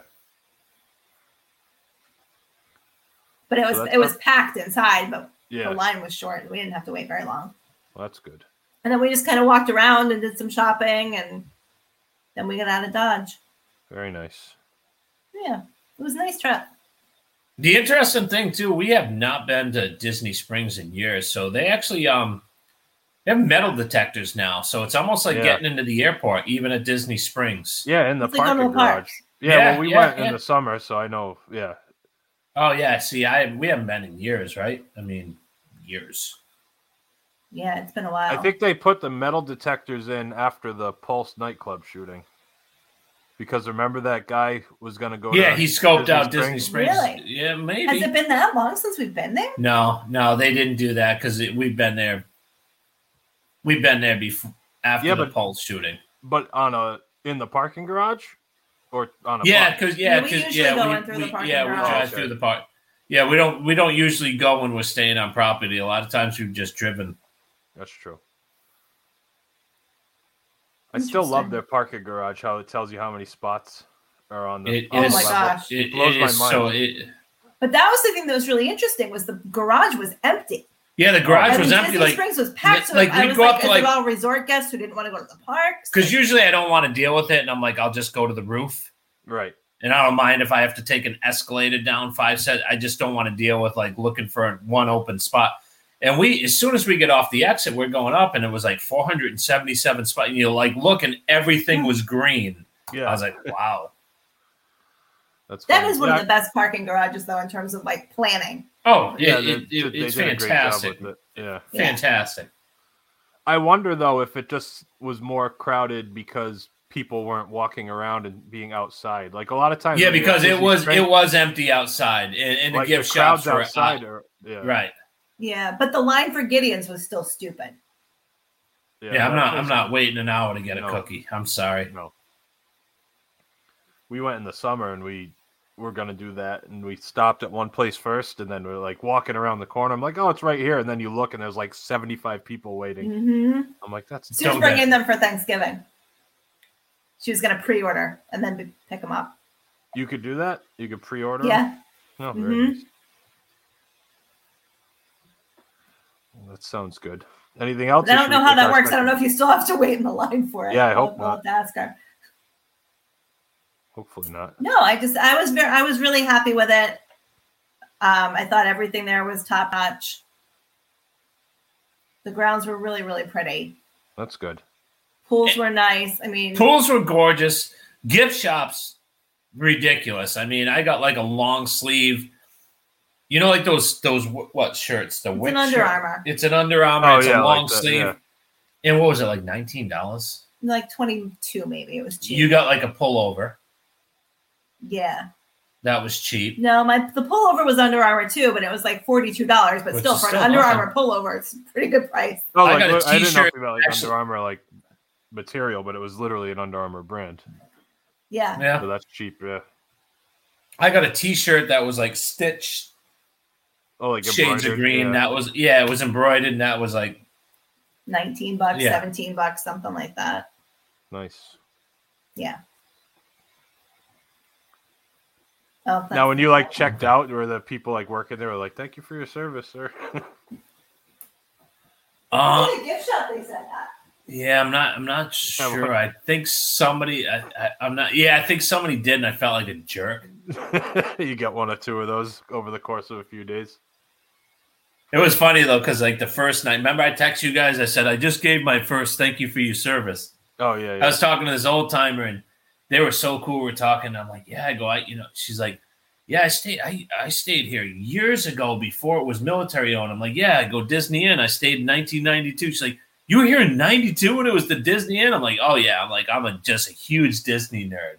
[SPEAKER 8] But it was
[SPEAKER 6] that's
[SPEAKER 8] it was
[SPEAKER 6] not-
[SPEAKER 8] packed inside, but
[SPEAKER 6] Yeah.
[SPEAKER 8] the line was short. and We didn't have to wait very long.
[SPEAKER 6] Well, that's good.
[SPEAKER 8] And then we just kind of walked around and did some shopping, and then we got out of Dodge.
[SPEAKER 6] Very nice.
[SPEAKER 8] Yeah, it was a nice trip.
[SPEAKER 7] the interesting thing too, we have not been to Disney Springs in years. So they actually um they have metal detectors now. So it's almost like
[SPEAKER 6] Yeah.
[SPEAKER 7] getting into the airport, even at Disney Springs.
[SPEAKER 6] Yeah, in the
[SPEAKER 8] It's like going
[SPEAKER 6] parking
[SPEAKER 8] to a park.
[SPEAKER 6] garage. Yeah,
[SPEAKER 7] Yeah,
[SPEAKER 6] well, we
[SPEAKER 7] yeah,
[SPEAKER 6] went
[SPEAKER 7] yeah.
[SPEAKER 6] in the summer, so I know. Yeah,
[SPEAKER 7] Oh yeah, see, I we haven't been in years, right? I mean, years.
[SPEAKER 8] Yeah, it's been a while.
[SPEAKER 6] I think they put the metal detectors in after the Pulse nightclub shooting. Because remember that guy was going to go.
[SPEAKER 7] yeah,
[SPEAKER 6] to
[SPEAKER 7] he scoped out
[SPEAKER 6] Oh, Springs?
[SPEAKER 7] Disney Springs.
[SPEAKER 8] Really?
[SPEAKER 7] Yeah, maybe.
[SPEAKER 8] Has it been that long since we've been there?
[SPEAKER 7] No, no, they didn't do that because we've been there. We've been there before after
[SPEAKER 6] Yeah,
[SPEAKER 7] the
[SPEAKER 6] but-
[SPEAKER 7] Pulse shooting.
[SPEAKER 6] but on a in the parking garage, or on a
[SPEAKER 7] yeah,
[SPEAKER 6] bus?
[SPEAKER 7] because yeah,
[SPEAKER 8] we
[SPEAKER 7] because
[SPEAKER 8] usually
[SPEAKER 7] yeah,
[SPEAKER 8] go
[SPEAKER 7] we,
[SPEAKER 8] in through the
[SPEAKER 7] we-
[SPEAKER 8] parking
[SPEAKER 7] yeah, we
[SPEAKER 8] garage.
[SPEAKER 7] drive
[SPEAKER 6] Okay.
[SPEAKER 7] through the park. Yeah, we don't we don't usually go when we're staying on property. A lot of times we've just driven.
[SPEAKER 6] that's true. I still love
[SPEAKER 8] Interesting.
[SPEAKER 6] their parking garage. How it tells you how many spots are on the.
[SPEAKER 7] It
[SPEAKER 6] on the
[SPEAKER 7] is-
[SPEAKER 8] Oh my
[SPEAKER 6] level.
[SPEAKER 8] gosh.
[SPEAKER 7] It, it
[SPEAKER 6] blows my
[SPEAKER 7] is
[SPEAKER 6] mind.
[SPEAKER 7] so. It,
[SPEAKER 8] But that was the thing that was really interesting was the garage was empty.
[SPEAKER 7] yeah, the garage
[SPEAKER 8] I
[SPEAKER 7] was
[SPEAKER 8] mean,
[SPEAKER 7] empty.
[SPEAKER 8] Disney
[SPEAKER 7] Like
[SPEAKER 8] Springs was packed. So
[SPEAKER 7] like,
[SPEAKER 8] I
[SPEAKER 7] we'd
[SPEAKER 8] was
[SPEAKER 7] go
[SPEAKER 8] like,
[SPEAKER 7] up to,
[SPEAKER 8] is
[SPEAKER 7] like-
[SPEAKER 8] it all resort guests who didn't want to go to the parks?
[SPEAKER 7] because usually I don't want to deal with it, and I'm like, I'll just go to the roof,
[SPEAKER 6] Right.
[SPEAKER 7] and I don't mind if I have to take an escalator down five set. I just don't want to deal with like looking for one open spot. And we, as soon as we get off the exit, we're going up, and it was like 477 spot. And you like look, and everything was green. I
[SPEAKER 6] Yeah.
[SPEAKER 7] was like, wow.
[SPEAKER 6] that's
[SPEAKER 8] That
[SPEAKER 6] funny.
[SPEAKER 8] is one
[SPEAKER 6] yeah,
[SPEAKER 8] of the best parking garages, though, in terms of like planning.
[SPEAKER 7] Oh,
[SPEAKER 6] Yeah,
[SPEAKER 7] yeah,
[SPEAKER 6] they,
[SPEAKER 7] it, it,
[SPEAKER 6] they
[SPEAKER 7] it's
[SPEAKER 6] did a great job
[SPEAKER 7] fantastic.
[SPEAKER 6] with it. Yeah.
[SPEAKER 8] Yeah.
[SPEAKER 7] Fantastic.
[SPEAKER 6] I wonder though if it just was more crowded because people weren't walking around and being outside. Like a lot of times,
[SPEAKER 7] Yeah,
[SPEAKER 6] when you're
[SPEAKER 7] because
[SPEAKER 6] at
[SPEAKER 7] it
[SPEAKER 6] Disney
[SPEAKER 7] was
[SPEAKER 6] Springs,
[SPEAKER 7] it was empty outside, and, and the
[SPEAKER 6] like,
[SPEAKER 7] gift shops
[SPEAKER 6] crowds
[SPEAKER 7] were
[SPEAKER 6] outside.
[SPEAKER 7] uh,
[SPEAKER 6] Or, yeah,
[SPEAKER 7] right.
[SPEAKER 8] Yeah, but the line for Gideon's was still stupid.
[SPEAKER 7] Yeah, I'm
[SPEAKER 6] that
[SPEAKER 7] not. I'm
[SPEAKER 6] was-
[SPEAKER 7] not waiting an hour to get a
[SPEAKER 6] No.
[SPEAKER 7] cookie. I'm sorry.
[SPEAKER 6] No. We went in the summer and we were gonna do that, and we stopped at one place first, and then we are like walking around the corner. I'm like, oh, it's right here, and then you look, and there's like 75 people waiting.
[SPEAKER 8] Mm-hmm.
[SPEAKER 6] I'm like, that's
[SPEAKER 8] She was
[SPEAKER 7] Don't
[SPEAKER 8] bringing them for Thanksgiving. She was going to pre-order and then b- pick them up.
[SPEAKER 6] you could do that. You could pre-order. 'em?
[SPEAKER 8] Yeah.
[SPEAKER 6] Oh, very
[SPEAKER 8] Mhm.
[SPEAKER 6] nice. Well, That sounds good. Anything else?
[SPEAKER 8] I
[SPEAKER 6] or
[SPEAKER 8] don't
[SPEAKER 6] should
[SPEAKER 8] know
[SPEAKER 6] we
[SPEAKER 8] how
[SPEAKER 6] take
[SPEAKER 8] that
[SPEAKER 6] our
[SPEAKER 8] works. I don't know
[SPEAKER 6] second-
[SPEAKER 8] if you still have to wait in the line for it.
[SPEAKER 6] Yeah, I hope
[SPEAKER 8] We'll- we'll
[SPEAKER 6] not.
[SPEAKER 8] have to ask her.
[SPEAKER 6] Hopefully not.
[SPEAKER 8] No, I just I was very I was really happy with it. Um, I thought everything there was top notch. The grounds were really really pretty.
[SPEAKER 6] That's good.
[SPEAKER 8] Pools were nice. I mean,
[SPEAKER 7] Pools were gorgeous. Gift shops, ridiculous. I mean, I got like a long sleeve. You know, like those those wh- what shirts? The
[SPEAKER 8] It's
[SPEAKER 7] Wick
[SPEAKER 8] an Under
[SPEAKER 7] shirt.
[SPEAKER 8] Armour.
[SPEAKER 7] It's an Under Armour.
[SPEAKER 6] Oh,
[SPEAKER 7] it's
[SPEAKER 6] yeah,
[SPEAKER 7] a
[SPEAKER 6] like
[SPEAKER 7] long
[SPEAKER 6] that,
[SPEAKER 7] sleeve.
[SPEAKER 6] yeah.
[SPEAKER 7] And what was it like? Nineteen dollars.
[SPEAKER 8] like twenty two maybe it was cheap.
[SPEAKER 7] You got like a pullover.
[SPEAKER 8] yeah.
[SPEAKER 7] That was cheap.
[SPEAKER 8] No, my the pullover was Under Armour too, but it was like forty two dollars. But
[SPEAKER 7] Which
[SPEAKER 8] still
[SPEAKER 7] is
[SPEAKER 8] for an
[SPEAKER 7] still
[SPEAKER 8] Under
[SPEAKER 7] nothing.
[SPEAKER 8] Armour pullover, it's a pretty good price.
[SPEAKER 6] Oh,
[SPEAKER 7] I
[SPEAKER 6] like,
[SPEAKER 7] got a
[SPEAKER 6] look, I didn't know
[SPEAKER 7] t-shirt,
[SPEAKER 6] about like
[SPEAKER 7] actually-
[SPEAKER 6] Under Armour like material, but it was literally an Under Armour brand.
[SPEAKER 8] Yeah.
[SPEAKER 7] Yeah.
[SPEAKER 6] So that's cheap. Yeah.
[SPEAKER 7] I got a T-shirt that was like stitched
[SPEAKER 6] Oh, like
[SPEAKER 7] shades of
[SPEAKER 6] embroidered,
[SPEAKER 7] green.
[SPEAKER 6] yeah.
[SPEAKER 7] That was yeah, it was embroidered. and That was like
[SPEAKER 8] Nineteen bucks,
[SPEAKER 7] Yeah.
[SPEAKER 8] seventeen bucks, something like that.
[SPEAKER 6] nice.
[SPEAKER 8] Yeah. Oh,
[SPEAKER 6] Now,
[SPEAKER 8] that's-
[SPEAKER 6] when you like checked out, were the people like working there were like, "Thank you for your service, sir."
[SPEAKER 7] uh,
[SPEAKER 8] At the gift shop, they said that.
[SPEAKER 7] Yeah, I'm not. I'm not
[SPEAKER 6] Have a
[SPEAKER 7] sure.
[SPEAKER 6] look.
[SPEAKER 7] I think somebody. I, I, I'm not. Yeah, I think somebody did, and I felt like a jerk.
[SPEAKER 6] you get one or two of those over the course of a few days.
[SPEAKER 7] It was funny though, because like the first night, remember I texted you guys. I said I just gave my first thank you for your service.
[SPEAKER 6] Oh yeah,
[SPEAKER 7] I
[SPEAKER 6] yeah.
[SPEAKER 7] was talking to this old timer, and they were so cool. We are talking. I'm like, yeah, I go. I, you know, she's like, yeah, I stayed. I, I stayed here years ago before it was military owned. I'm like, yeah, I go Disney Inn. I stayed in 1992. She's like, you were here in '92 when it was the Disney Inn. I'm like, oh yeah. I'm like, I'm a, just a huge Disney nerd.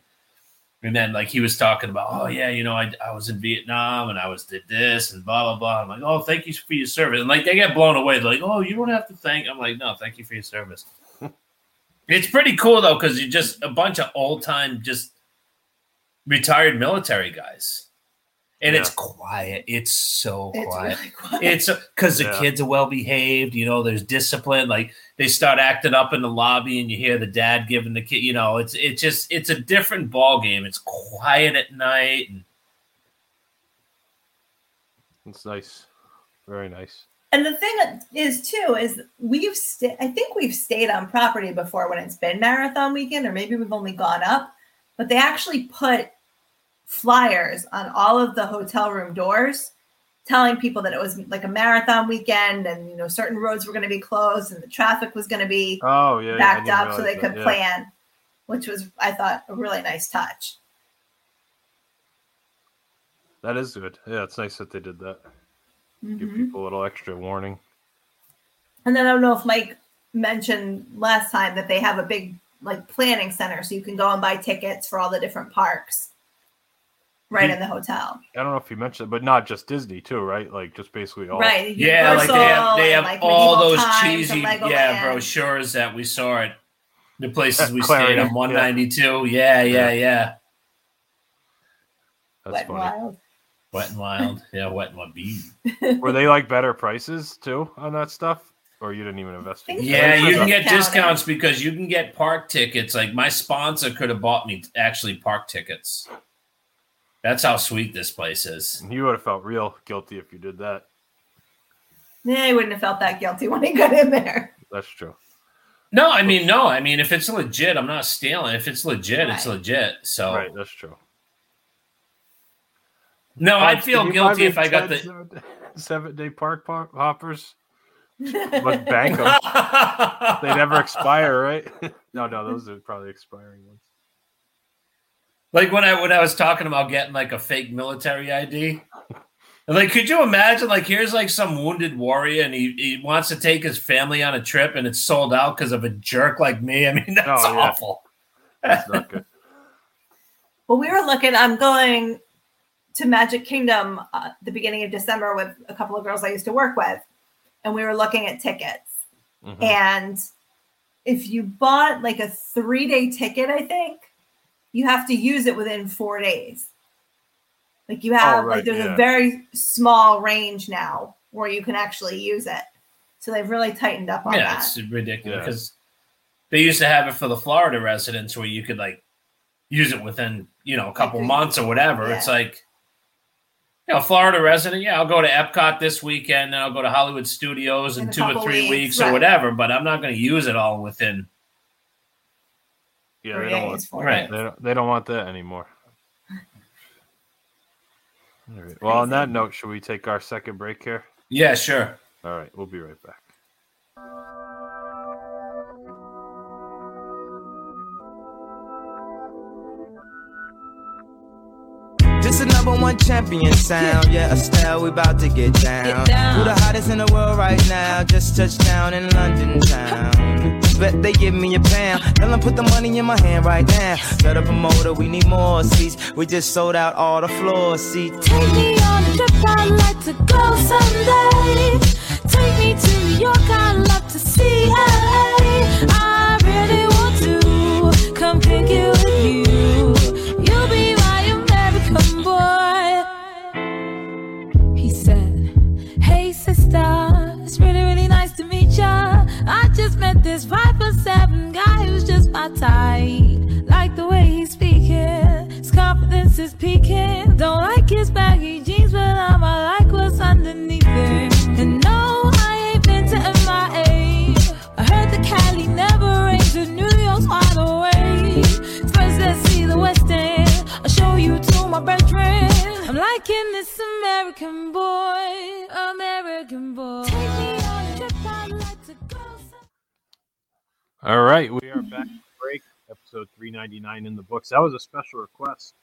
[SPEAKER 7] And then like he was talking about, oh yeah, you know, I, I was in Vietnam and I was did this and blah blah blah. I'm like, oh, thank you for your service. And like they get blown away. They're like, oh, you don't have to thank. I'm like, no, thank you for your service. it's pretty cool though, because you're just a bunch of old time just retired military guys. And it's quiet. It's so
[SPEAKER 8] It's
[SPEAKER 7] Oh, quiet
[SPEAKER 8] really quiet.
[SPEAKER 7] it's because the
[SPEAKER 6] Yeah.
[SPEAKER 7] kids are well behaved you know there's discipline like they start acting up in the lobby and you hear the dad giving the kid you know it's it's just it's a different ball game it's quiet at night and
[SPEAKER 6] It's nice, very nice.
[SPEAKER 8] And the thing is, too, is we've sta I think we've stayed on property before when it's been marathon weekend, or maybe we've only gone up, but they actually put flyers on all of the hotel room doors telling people that it was like a marathon weekend and, you know, certain roads were going to be closed and the traffic was going to be
[SPEAKER 6] Oh yeah, yeah, I
[SPEAKER 8] backed
[SPEAKER 6] didn't
[SPEAKER 8] up so they
[SPEAKER 6] realize
[SPEAKER 8] could
[SPEAKER 6] that, yeah.
[SPEAKER 8] plan, which was, I thought, a really nice touch.
[SPEAKER 6] That is good. Yeah, it's nice that they did that. Give
[SPEAKER 8] Mhm.
[SPEAKER 6] people a little extra warning.
[SPEAKER 8] And then I don't know if Mike mentioned last time that they have a big like planning center, so you can go and buy tickets for all the different parks right in the hotel.
[SPEAKER 6] I don't know if you mentioned, it, but not just Disney too, right? Like just basically all.
[SPEAKER 8] Right.
[SPEAKER 7] yeah like they have
[SPEAKER 8] Universal
[SPEAKER 7] they have
[SPEAKER 8] and, like,
[SPEAKER 7] all
[SPEAKER 8] Medieval
[SPEAKER 7] those
[SPEAKER 8] Times and
[SPEAKER 7] cheesy
[SPEAKER 8] Legoland.
[SPEAKER 7] yeah brochures that we saw at the places
[SPEAKER 6] At
[SPEAKER 7] we stayed
[SPEAKER 6] Clarion,
[SPEAKER 7] on
[SPEAKER 6] yeah.
[SPEAKER 7] 192 yeah yeah yeah,
[SPEAKER 6] That's
[SPEAKER 8] Wet n'
[SPEAKER 6] funny.
[SPEAKER 8] Wild.
[SPEAKER 7] wet and wild yeah wet and wild bee.
[SPEAKER 6] Were they like better prices too on that stuff, or you didn't even investigate?
[SPEAKER 7] Yeah,
[SPEAKER 8] Those
[SPEAKER 7] you
[SPEAKER 8] are
[SPEAKER 7] can get
[SPEAKER 8] discounted.
[SPEAKER 7] discounts because you can get park tickets. Like my sponsor could have bought me actually park tickets. That's how sweet this place is.
[SPEAKER 6] You would have felt real guilty if you did that.
[SPEAKER 8] Yeah, I wouldn't have felt that guilty when I got in there.
[SPEAKER 6] That's true.
[SPEAKER 7] No, I mean no, I mean if it's legit, I'm not stealing. If it's legit, it's
[SPEAKER 8] Right.
[SPEAKER 7] legit. So
[SPEAKER 6] Right, that's true.
[SPEAKER 7] no, Oh, I'd
[SPEAKER 6] Did
[SPEAKER 7] feel
[SPEAKER 6] you buy
[SPEAKER 7] guilty
[SPEAKER 6] me
[SPEAKER 7] if I
[SPEAKER 6] 10
[SPEAKER 7] got the.
[SPEAKER 6] seven day park pop- hoppers. But bank 'em. They never expire, right? no, no, those are probably expiring ones.
[SPEAKER 7] Like when I when I was talking about getting like a fake military ID, And, like, could you imagine? Like, here's like some wounded warrior, and he, he wants to take his family on a trip, and it's sold out because of a jerk like me. I mean, that's
[SPEAKER 6] Oh, yeah.
[SPEAKER 7] awful.
[SPEAKER 6] That's not good.
[SPEAKER 8] Well, we were looking. I'm going to Magic Kingdom uh, the beginning of December with a couple of girls I used to work with, and we were looking at tickets.
[SPEAKER 6] Mhm.
[SPEAKER 8] And if you bought like a three day ticket, I think you have to use it within four days. Like you have,
[SPEAKER 6] Oh, right,
[SPEAKER 8] like there's
[SPEAKER 6] yeah.
[SPEAKER 8] a very small range now where you can actually use it. So they've really tightened up on
[SPEAKER 7] Yeah,
[SPEAKER 8] that.
[SPEAKER 7] it's ridiculous
[SPEAKER 6] Yeah.
[SPEAKER 7] because they used to have it for the Florida residents where you could like use it within you know a couple
[SPEAKER 8] Like,
[SPEAKER 7] months or whatever.
[SPEAKER 8] yeah.
[SPEAKER 7] It's like, you know, Florida resident, yeah, I'll go to Epcot this weekend, and I'll go to Hollywood Studios in,
[SPEAKER 8] In a
[SPEAKER 7] two or
[SPEAKER 8] couple
[SPEAKER 7] three
[SPEAKER 8] weeks,
[SPEAKER 7] weeks,
[SPEAKER 8] right.
[SPEAKER 7] or whatever. But I'm not going to use it all within.
[SPEAKER 6] Yeah,
[SPEAKER 8] Three
[SPEAKER 6] they don't
[SPEAKER 8] days,
[SPEAKER 6] want
[SPEAKER 8] four
[SPEAKER 7] right.
[SPEAKER 8] days.
[SPEAKER 6] they don't, they don't want that anymore. All right. Well, on that note, should we take our second break here?
[SPEAKER 7] Yeah, sure.
[SPEAKER 6] All right, we'll be right back.
[SPEAKER 9] This is number one champion sound. Yeah, Estelle, we about to get down. Who the hottest in the world right now? Just touched down in London town. Bet they give me a pound. Tell 'em put the money in my hand right now. Set up a motor, we need more seats. We just sold out all the floor seats.
[SPEAKER 10] Take me on a trip, I'd like to go someday. Take me to New York, I'd love to see LA. I really want to come pick you with you. You'll be my American boy. He said, Hey sister, it's really, really nice to meet ya. I just met this five foot seven guy who's just my type. Like the way he's speaking, his confidence is peaking. Don't like his baggy jeans, but I'm I like what's underneath it. And no, I ain't been to MIA. I heard the Cali never rains, and New York's wide awake. First, let's see the West End. I'll show you to my brethren. I'm liking this American boy, American boy. Take me on a trip, I'd like to go. some-
[SPEAKER 6] All right, we are back. from Break episode three ninety nine in the books. That was a special request.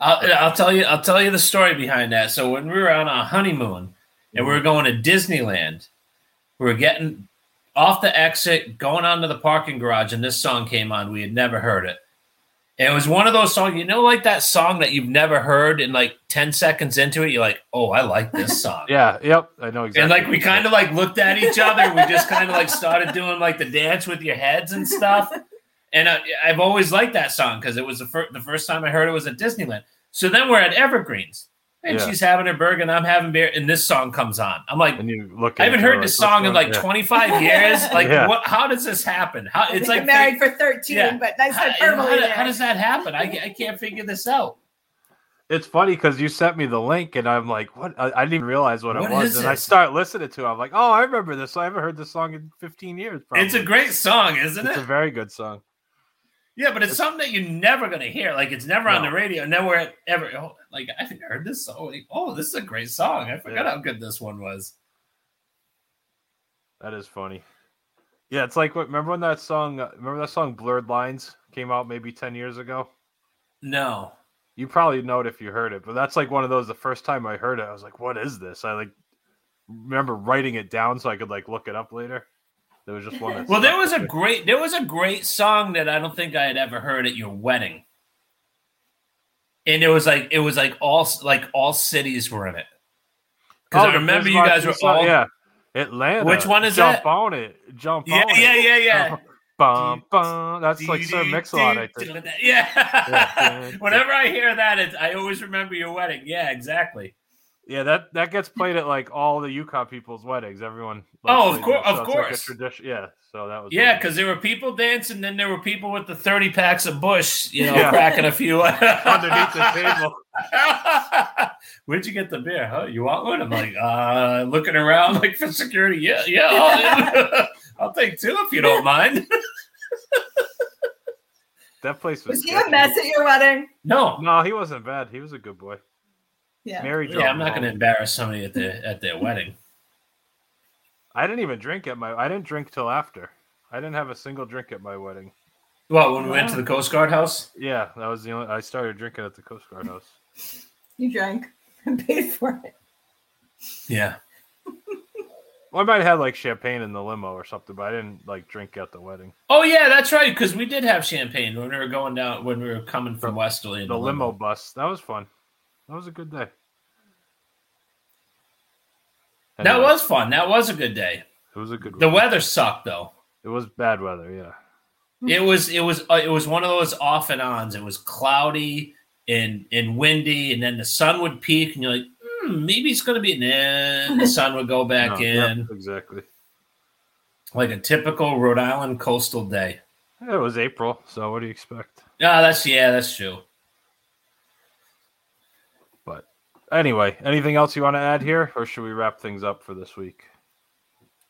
[SPEAKER 7] I'll, I'll tell you. I'll tell you the story behind that. So when we were on our honeymoon and we were going to Disneyland, we were getting off the exit, going onto the parking garage, and this song came on. We had never heard it. And it was one of those songs, you know, like that song that you've never heard, and like ten seconds into it, you're like, "Oh, I like this song."
[SPEAKER 6] Yeah. Yep. I know exactly.
[SPEAKER 7] And like we kind of like looked at each other, and we just kind of like started doing like the dance with your heads and stuff. And I, I've always liked that song because it was the first the first time I heard it was at Disneyland. So then we're at Evergreens, and
[SPEAKER 6] Yeah.
[SPEAKER 7] she's having her burger, and I'm having beer, and this song comes on. I'm like,
[SPEAKER 6] and you look.
[SPEAKER 7] I haven't
[SPEAKER 6] at each other
[SPEAKER 7] heard this song in
[SPEAKER 6] "What's
[SPEAKER 7] like
[SPEAKER 6] going on?"
[SPEAKER 7] 25 years. Like,
[SPEAKER 6] Yeah.
[SPEAKER 7] what? How does this happen? How
[SPEAKER 8] We've
[SPEAKER 7] it's
[SPEAKER 8] been
[SPEAKER 7] like
[SPEAKER 8] married for 13,
[SPEAKER 7] yeah.
[SPEAKER 8] but nice
[SPEAKER 7] how,
[SPEAKER 8] hyperbole.
[SPEAKER 7] how-
[SPEAKER 8] there.
[SPEAKER 7] how does that happen? I, I can't figure this out.
[SPEAKER 6] Yeah. It's funny because you sent me the link, and I'm like, "What?" I, I didn't even realize what,
[SPEAKER 7] What
[SPEAKER 6] it was,
[SPEAKER 7] is
[SPEAKER 6] and I
[SPEAKER 7] this?
[SPEAKER 6] start listening to. it. I'm like, "Oh, I remember this. I haven't heard this song in 15 years." Probably.
[SPEAKER 7] It's a great song, isn't it?
[SPEAKER 6] It's a very good song.
[SPEAKER 7] Yeah, but it's something that you're never gonna hear. Like it's never on
[SPEAKER 6] No.
[SPEAKER 7] the radio, nowhere ever. Oh, like I haven't heard this song. Like, oh, this is a great song. I forgot
[SPEAKER 6] Yeah.
[SPEAKER 7] how good this one was.
[SPEAKER 6] That is funny. Yeah, it's like what. Remember when that song? uh, Remember that song "Blurred Lines" came out maybe 10 years ago.
[SPEAKER 7] No,
[SPEAKER 6] You probably know it if you heard it, but that's like one of those. The first time I heard it, I was like, "What is this?" I like remember writing it down so I could like look it up later. There was just one. that
[SPEAKER 7] well, there
[SPEAKER 6] stuck
[SPEAKER 7] was
[SPEAKER 6] with
[SPEAKER 7] a
[SPEAKER 6] me.
[SPEAKER 7] great there was a great song that I don't think I had ever heard at your wedding, and it was like it was like all like all cities were in it. Because
[SPEAKER 6] Oh,
[SPEAKER 7] I
[SPEAKER 6] the
[SPEAKER 7] remember you
[SPEAKER 6] Bismarck
[SPEAKER 7] guys were
[SPEAKER 6] song-
[SPEAKER 7] all
[SPEAKER 6] yeah. Atlanta.
[SPEAKER 7] Which one is
[SPEAKER 6] jump
[SPEAKER 7] that?
[SPEAKER 6] on it? Jump
[SPEAKER 7] yeah
[SPEAKER 6] on
[SPEAKER 7] yeah
[SPEAKER 6] it.
[SPEAKER 7] yeah yeah.
[SPEAKER 6] Bum, bum. That's like Sir Mix-a-Lot, I think.
[SPEAKER 7] Yeah.
[SPEAKER 6] Yeah.
[SPEAKER 7] Whenever I hear that, it's, I always remember your wedding. Yeah, exactly.
[SPEAKER 6] Yeah, that that gets played at like all the Yukon people's weddings. Everyone. like,
[SPEAKER 7] Oh, of
[SPEAKER 6] plays that,
[SPEAKER 7] cour- of
[SPEAKER 6] so it's
[SPEAKER 7] course.
[SPEAKER 6] Like a tradition. Yeah. So that was.
[SPEAKER 7] Yeah,
[SPEAKER 6] really-
[SPEAKER 7] because there were people dancing, then there were people with the thirty packs of Bush, you know,
[SPEAKER 6] Yeah.
[SPEAKER 7] cracking a few
[SPEAKER 6] underneath the table.
[SPEAKER 7] Where'd you get the beer? Huh? You want one? I'm like, uh, looking around like for security. Yeah, yeah. I'll, I'll take two if you don't mind.
[SPEAKER 6] That place was.
[SPEAKER 8] Was he
[SPEAKER 6] good.
[SPEAKER 8] a mess at your wedding?
[SPEAKER 7] No,
[SPEAKER 6] No, he wasn't bad. He was a good boy.
[SPEAKER 8] Yeah.
[SPEAKER 6] Mary. drove
[SPEAKER 7] yeah, I'm
[SPEAKER 6] him
[SPEAKER 7] not going to
[SPEAKER 6] home.
[SPEAKER 7] embarrass somebody at their at their wedding.
[SPEAKER 6] I didn't even drink at my. I didn't drink till after. I didn't have a single drink at my wedding.
[SPEAKER 7] Well, when we went to the Coast Guard house,
[SPEAKER 6] Yeah, that was the only. I started drinking at the Coast Guard house.
[SPEAKER 8] You drank. and paid for it.
[SPEAKER 7] Yeah.
[SPEAKER 6] Well, I might have had like champagne in the limo or something, but I didn't like drink at the wedding.
[SPEAKER 7] Oh yeah, that's right. Because we did have champagne when we were going down when we were coming from Westerly. in
[SPEAKER 6] The limo bus. That was fun. That was a good day.
[SPEAKER 7] That
[SPEAKER 6] Anyway,
[SPEAKER 7] was fun. That was a good day.
[SPEAKER 6] it was a good
[SPEAKER 7] The
[SPEAKER 6] week.
[SPEAKER 7] weather sucked though.
[SPEAKER 6] It was bad weather, yeah.
[SPEAKER 7] It was it was uh, it was one of those off and ons. It was cloudy and and windy, and then the sun would peak, and you're like, hmm, maybe it's gonna be nah. The sun would go back
[SPEAKER 6] No, Oh, yeah,
[SPEAKER 7] in,
[SPEAKER 6] exactly.
[SPEAKER 7] like a typical Rhode Island coastal day.
[SPEAKER 6] It was April, so what do you expect?
[SPEAKER 7] Ah, that's yeah, that's true.
[SPEAKER 6] But anyway, anything else you want to add here, or should we wrap things up for this week?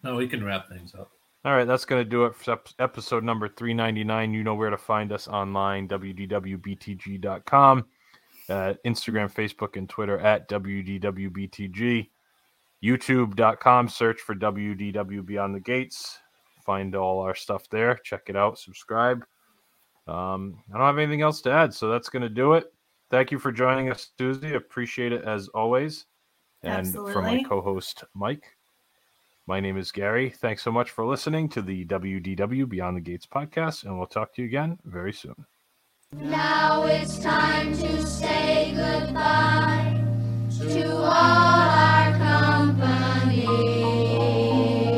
[SPEAKER 7] No, we can wrap things up.
[SPEAKER 6] All right, that's going to do it for ep- episode number 399. You know where to find us online, wdwbtg.com, uh, Instagram, Facebook, and Twitter at wdwbtg, youtube.com, search for wdw beyond the gates. Find all our stuff there. Check it out, subscribe. Um, I don't have anything else to add, so that's going to do it. Thank you for joining us, Susie. Appreciate it as always. And for my
[SPEAKER 8] Absolutely.
[SPEAKER 6] co host, Mike. My name is Gary. Thanks so much for listening to the WDW Beyond the Gates podcast, and we'll talk to you again very soon.
[SPEAKER 10] Now it's time to say goodbye to all our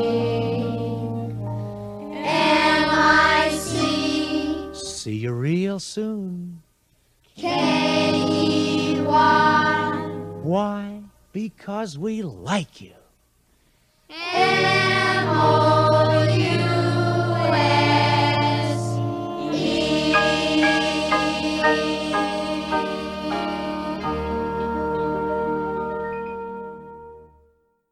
[SPEAKER 10] company. M-I-C.
[SPEAKER 5] See you real soon.
[SPEAKER 10] K-E-Y.
[SPEAKER 5] Why? Because we like you.
[SPEAKER 10] M-I-C.